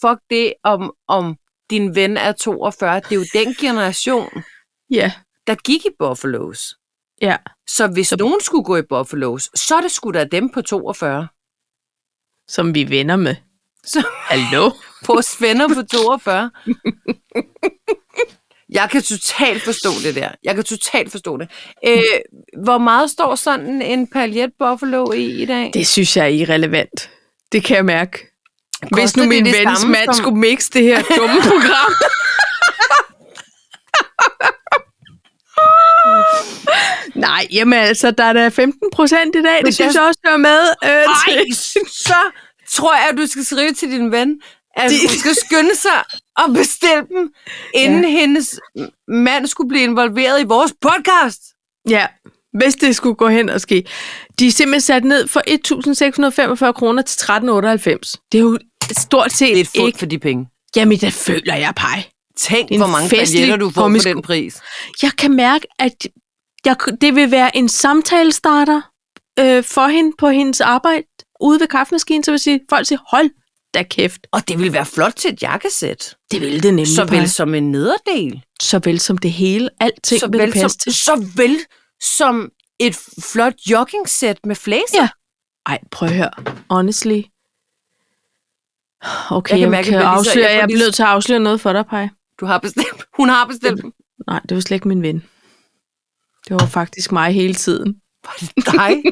Speaker 2: fuck det, om, om din ven er 42. Det er jo den generation,
Speaker 1: ja,
Speaker 2: der gik i Buffalo's.
Speaker 1: ja.
Speaker 2: Så hvis så... nogen skulle gå i Buffalo's, så er det sgu da dem på 42.
Speaker 1: som vi er venner med.
Speaker 2: Så...
Speaker 1: Hallo?
Speaker 2: Vores venner på 42. Jeg kan totalt forstå det der. Jeg kan totalt forstå det. Øh, hvor meget står sådan en paljet buffalo i i dag?
Speaker 1: Det synes jeg er irrelevant. Det kan jeg mærke. Hvis
Speaker 2: Koster
Speaker 1: nu
Speaker 2: det
Speaker 1: min
Speaker 2: det
Speaker 1: vens
Speaker 2: samme
Speaker 1: mand
Speaker 2: som-
Speaker 1: skulle mixe det her dumme program. Nej, jamen altså, der er da 15 procent i dag. Det synes
Speaker 2: der-
Speaker 1: jeg også hører med. Øh, til.
Speaker 2: Ej, så tror jeg, at du skal skrive til din ven, at
Speaker 1: De-
Speaker 2: hun skal skynde sig og bestille dem, inden ja. hendes mand skulle blive involveret i vores podcast.
Speaker 1: Ja, hvis det skulle gå hen og ske. De er simpelthen sat ned for 1.645 kroner til 13,98. Det er jo stort set
Speaker 2: Det er
Speaker 1: det
Speaker 2: et
Speaker 1: er
Speaker 2: fuck
Speaker 1: ikke...
Speaker 2: for de penge.
Speaker 1: Jamen, det føler jeg, pej.
Speaker 2: Tænk,
Speaker 1: Det er en
Speaker 2: hvor mange
Speaker 1: festlig
Speaker 2: paljetter du får
Speaker 1: komisk-
Speaker 2: for den pris.
Speaker 1: jeg kan mærke, at jeg, det vil være en samtalestarter øh, for hende på hendes arbejde ude ved kaffemaskinen, så vil sige, folk siger, hold da kæft.
Speaker 2: Og det ville være flot til et jakkesæt.
Speaker 1: Det vil det nemlig.
Speaker 2: Såvel
Speaker 1: Paj.
Speaker 2: som en nederdel.
Speaker 1: såvel som det hele. Alting såvel vil det
Speaker 2: såvel
Speaker 1: passe
Speaker 2: som,
Speaker 1: til.
Speaker 2: såvel som et flot joggingsæt med flæser.
Speaker 1: Ja. Ej, prøv at høre. Honestly. Okay,
Speaker 2: kan
Speaker 1: jeg,
Speaker 2: mærke,
Speaker 1: jeg, kan
Speaker 2: at jeg bliver lige så-
Speaker 1: afsløre,
Speaker 2: jeg får
Speaker 1: jeg er
Speaker 2: lige-
Speaker 1: blevet til at afsløre noget for dig, Paj.
Speaker 2: Du har bestemt. Hun har bestemt.
Speaker 1: Nej, det var slet ikke min ven. Det var faktisk mig hele tiden.
Speaker 2: Var det dig?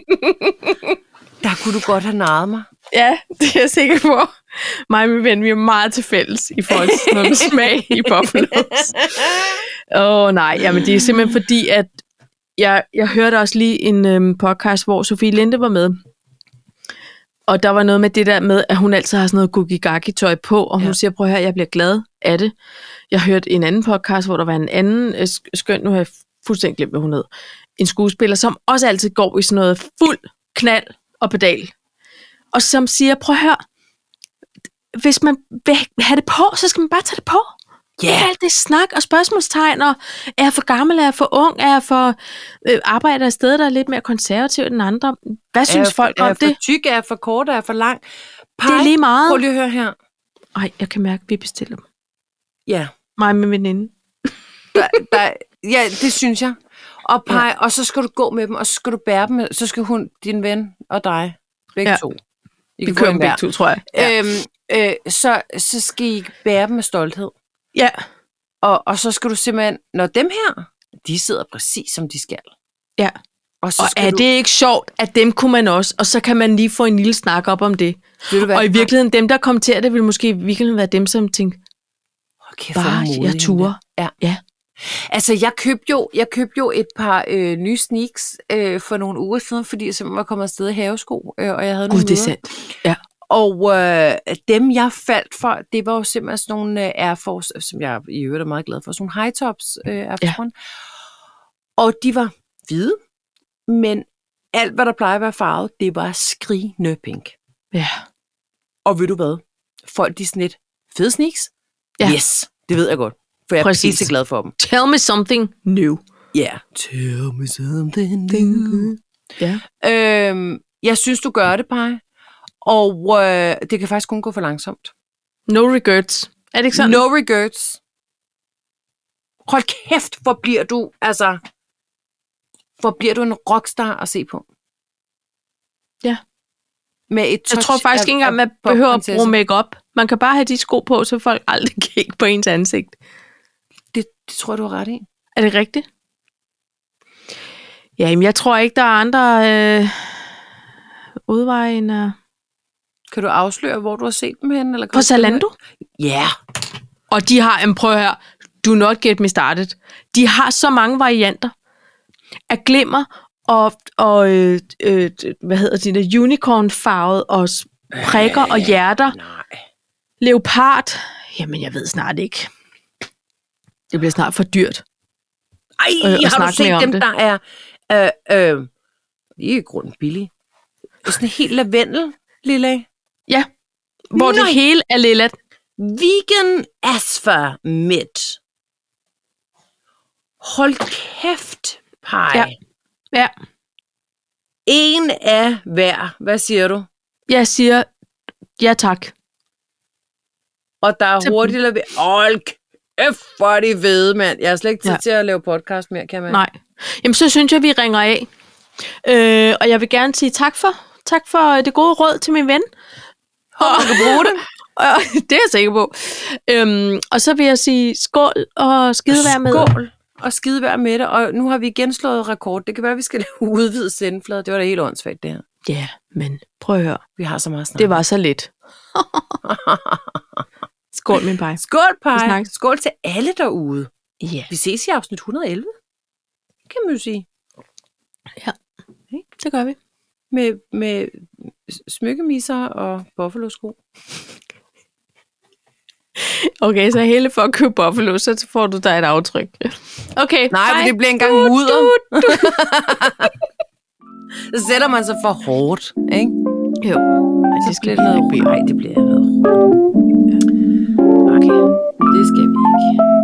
Speaker 2: Der kunne du godt have narret mig.
Speaker 1: Ja, det er jeg sikker på. Mig og min ven, vi er meget til fælles i forhold til sådan noget med smag i Buffalo's. Åh oh, nej, jamen det er simpelthen fordi, at jeg, jeg hørte også lige en øhm, podcast, hvor Sofie Linde var med. Og der var noget med det der med, at hun altid har sådan noget gugigaki-tøj på, og hun
Speaker 2: Ja.
Speaker 1: ja. siger, prøv her, jeg bliver glad af det. Jeg hørte en anden podcast, hvor der var en anden, øh, sk- skøn, nu har jeg fuldstændig glemt, hvad hun hed, en skuespiller, som også altid går i sådan noget fuld knald og pedal. Og som siger, prøv her, hvis man vil have det på, så skal man bare tage det på.
Speaker 2: Ja.
Speaker 1: Ikke alt det snak og spørgsmålstegn, og er jeg for gammel, er jeg for ung, er jeg for øh, arbejder et sted, der er lidt mere konservativ end andre. Hvad synes
Speaker 2: er,
Speaker 1: folk
Speaker 2: er
Speaker 1: om
Speaker 2: jeg for
Speaker 1: det?
Speaker 2: tyk? Er jeg for kort? Er jeg for lang? Pej,
Speaker 1: Det er lige meget.
Speaker 2: Prøv lige at høre her.
Speaker 1: Ej, jeg kan mærke, at vi bestiller dem.
Speaker 2: Ja.
Speaker 1: Mig med veninde.
Speaker 2: Der, der, ja, det synes jeg. Og, pege, ja. og så skal du gå med dem, og så skal du bære dem. Så skal hun, din ven og dig,
Speaker 1: Ja.
Speaker 2: begge ja. to.
Speaker 1: Vi
Speaker 2: I kan få
Speaker 1: kører
Speaker 2: en
Speaker 1: dem
Speaker 2: hver.
Speaker 1: begge to, tror jeg. Ja.
Speaker 2: Øhm, øh, så, så skal I bære dem med stolthed.
Speaker 1: ja.
Speaker 2: Og, og så skal du simpelthen, når dem her, de sidder præcis som de skal.
Speaker 1: Ja.
Speaker 2: Og, så
Speaker 1: Og
Speaker 2: skal
Speaker 1: er
Speaker 2: du,
Speaker 1: det ikke sjovt, at dem kunne man også, og så kan man lige få en lille snak op om det.
Speaker 2: ved du hvad,
Speaker 1: Og i virkeligheden, dem der kom til det, ville måske i virkeligheden være dem, som tænkte,
Speaker 2: Hold kæft, hvor
Speaker 1: bare
Speaker 2: modig
Speaker 1: jeg
Speaker 2: hende
Speaker 1: turer.
Speaker 2: Altså, jeg købte jo, jeg købte jo et par øh, nye sneaks øh, for nogle uger siden, fordi jeg simpelthen var kommet afsted i havesko, øh, og jeg havde
Speaker 1: Gud,
Speaker 2: nogle
Speaker 1: det er
Speaker 2: møder.
Speaker 1: sandt.
Speaker 2: Og øh, dem, jeg faldt for, det var jo simpelthen sådan nogle øh, Air Force, som jeg i øvrigt er meget glad for, sådan nogle high tops øh, Air Force
Speaker 1: Ja.
Speaker 2: One. Og de var hvide, men alt, hvad der plejer at være farvet, det var skrigende pink.
Speaker 1: Ja.
Speaker 2: Og ved du hvad? Folk, de er sådan lidt, fede sneaks?
Speaker 1: Ja.
Speaker 2: Yes, det ved jeg godt, for jeg
Speaker 1: Præcis.
Speaker 2: er så glad for dem.
Speaker 1: Tell me something new.
Speaker 2: Ja. Yeah. Tell me something new.
Speaker 1: Ja.
Speaker 2: Øhm, jeg synes, du gør det, Paj. Og øh, det kan faktisk kun gå for langsomt.
Speaker 1: No regrets. Er det ikke sådan?
Speaker 2: No regrets. Hold kæft, hvor bliver du, altså... Hvor bliver du en rockstar at se på?
Speaker 1: Ja.
Speaker 2: Med et touch
Speaker 1: Jeg tror faktisk
Speaker 2: af-
Speaker 1: ikke engang,
Speaker 2: af
Speaker 1: man behøver at
Speaker 2: popprinsesse.
Speaker 1: bruge makeup. Man kan bare have de sko på, så folk aldrig kigger på ens ansigt.
Speaker 2: Det, det tror jeg, du har ret i.
Speaker 1: Er det rigtigt? Ja, jamen, jeg tror ikke, der er andre øh, udveje end at...
Speaker 2: Kan du afsløre, hvor du har set dem hen? Eller kan
Speaker 1: På
Speaker 2: du-
Speaker 1: Zalando?
Speaker 2: Ja. Yeah.
Speaker 1: Og de har, en prøv her, do not get me started. De har så mange varianter af glimmer og, og øh, øh, hvad hedder de der, unicorn-farvet og s- prikker og hjerter.
Speaker 2: Nej.
Speaker 1: Leopard? Jamen, jeg ved snart ikke. Det bliver snart for dyrt.
Speaker 2: Ej,
Speaker 1: øh, og
Speaker 2: øh, har du
Speaker 1: snakke mere
Speaker 2: set
Speaker 1: om
Speaker 2: dem,
Speaker 1: det.
Speaker 2: der er... Øh, øh, de er i grunden billige. Det er Sådan helt lavendel, lille.
Speaker 1: Hvor
Speaker 2: Nej.
Speaker 1: det hele er lilla.
Speaker 2: Vegan Asfa Midt. Hold kæft, pej.
Speaker 1: Ja. Ja.
Speaker 2: En af hver. Hvad siger du?
Speaker 1: Jeg siger, ja tak.
Speaker 2: Og der er
Speaker 1: Til-
Speaker 2: hurtigt lavendel. Hold kæft, hvor er de ved, mand. Jeg har slet ikke tid
Speaker 1: Ja.
Speaker 2: ja. til at lave podcast mere, kan man?
Speaker 1: Nej. Jamen, så synes jeg, vi ringer af. Øh, og jeg vil gerne sige tak for, tak for øh, det gode råd til min ven.
Speaker 2: Håber, du kan bruge det.
Speaker 1: Og, det er jeg sikker på. Øhm, og så vil jeg sige skål og skidevær med.
Speaker 2: Skål og skide være med det. Og nu har vi igen slået rekord. Det kan være, at vi skal lave udvidet sendeflade. Det var da helt åndssvagt, det her.
Speaker 1: Ja, men prøv at høre.
Speaker 2: Vi har så meget snak.
Speaker 1: Det var så lidt. skål, min pej.
Speaker 2: Skål,
Speaker 1: Vi
Speaker 2: Paj.
Speaker 1: snakkes.
Speaker 2: Skål til alle derude.
Speaker 1: Ja,
Speaker 2: Vi ses i afsnit 111, kan man jo sige.
Speaker 1: det gør vi.
Speaker 2: Med, med s- smykkemiser og buffalo-sko.
Speaker 1: Okay, så hele for at købe buffalo, så får du dig et aftryk. Okay, hej.
Speaker 2: bliver engang mudder. Så sætter man sig for hårdt, ikke?
Speaker 1: Jo, Ej,
Speaker 2: Så
Speaker 1: det skal
Speaker 2: bliver
Speaker 1: vi
Speaker 2: det
Speaker 1: ikke
Speaker 2: noget
Speaker 1: bede om.
Speaker 2: Nej, det bliver noget rod. Okay, det skal vi ikke.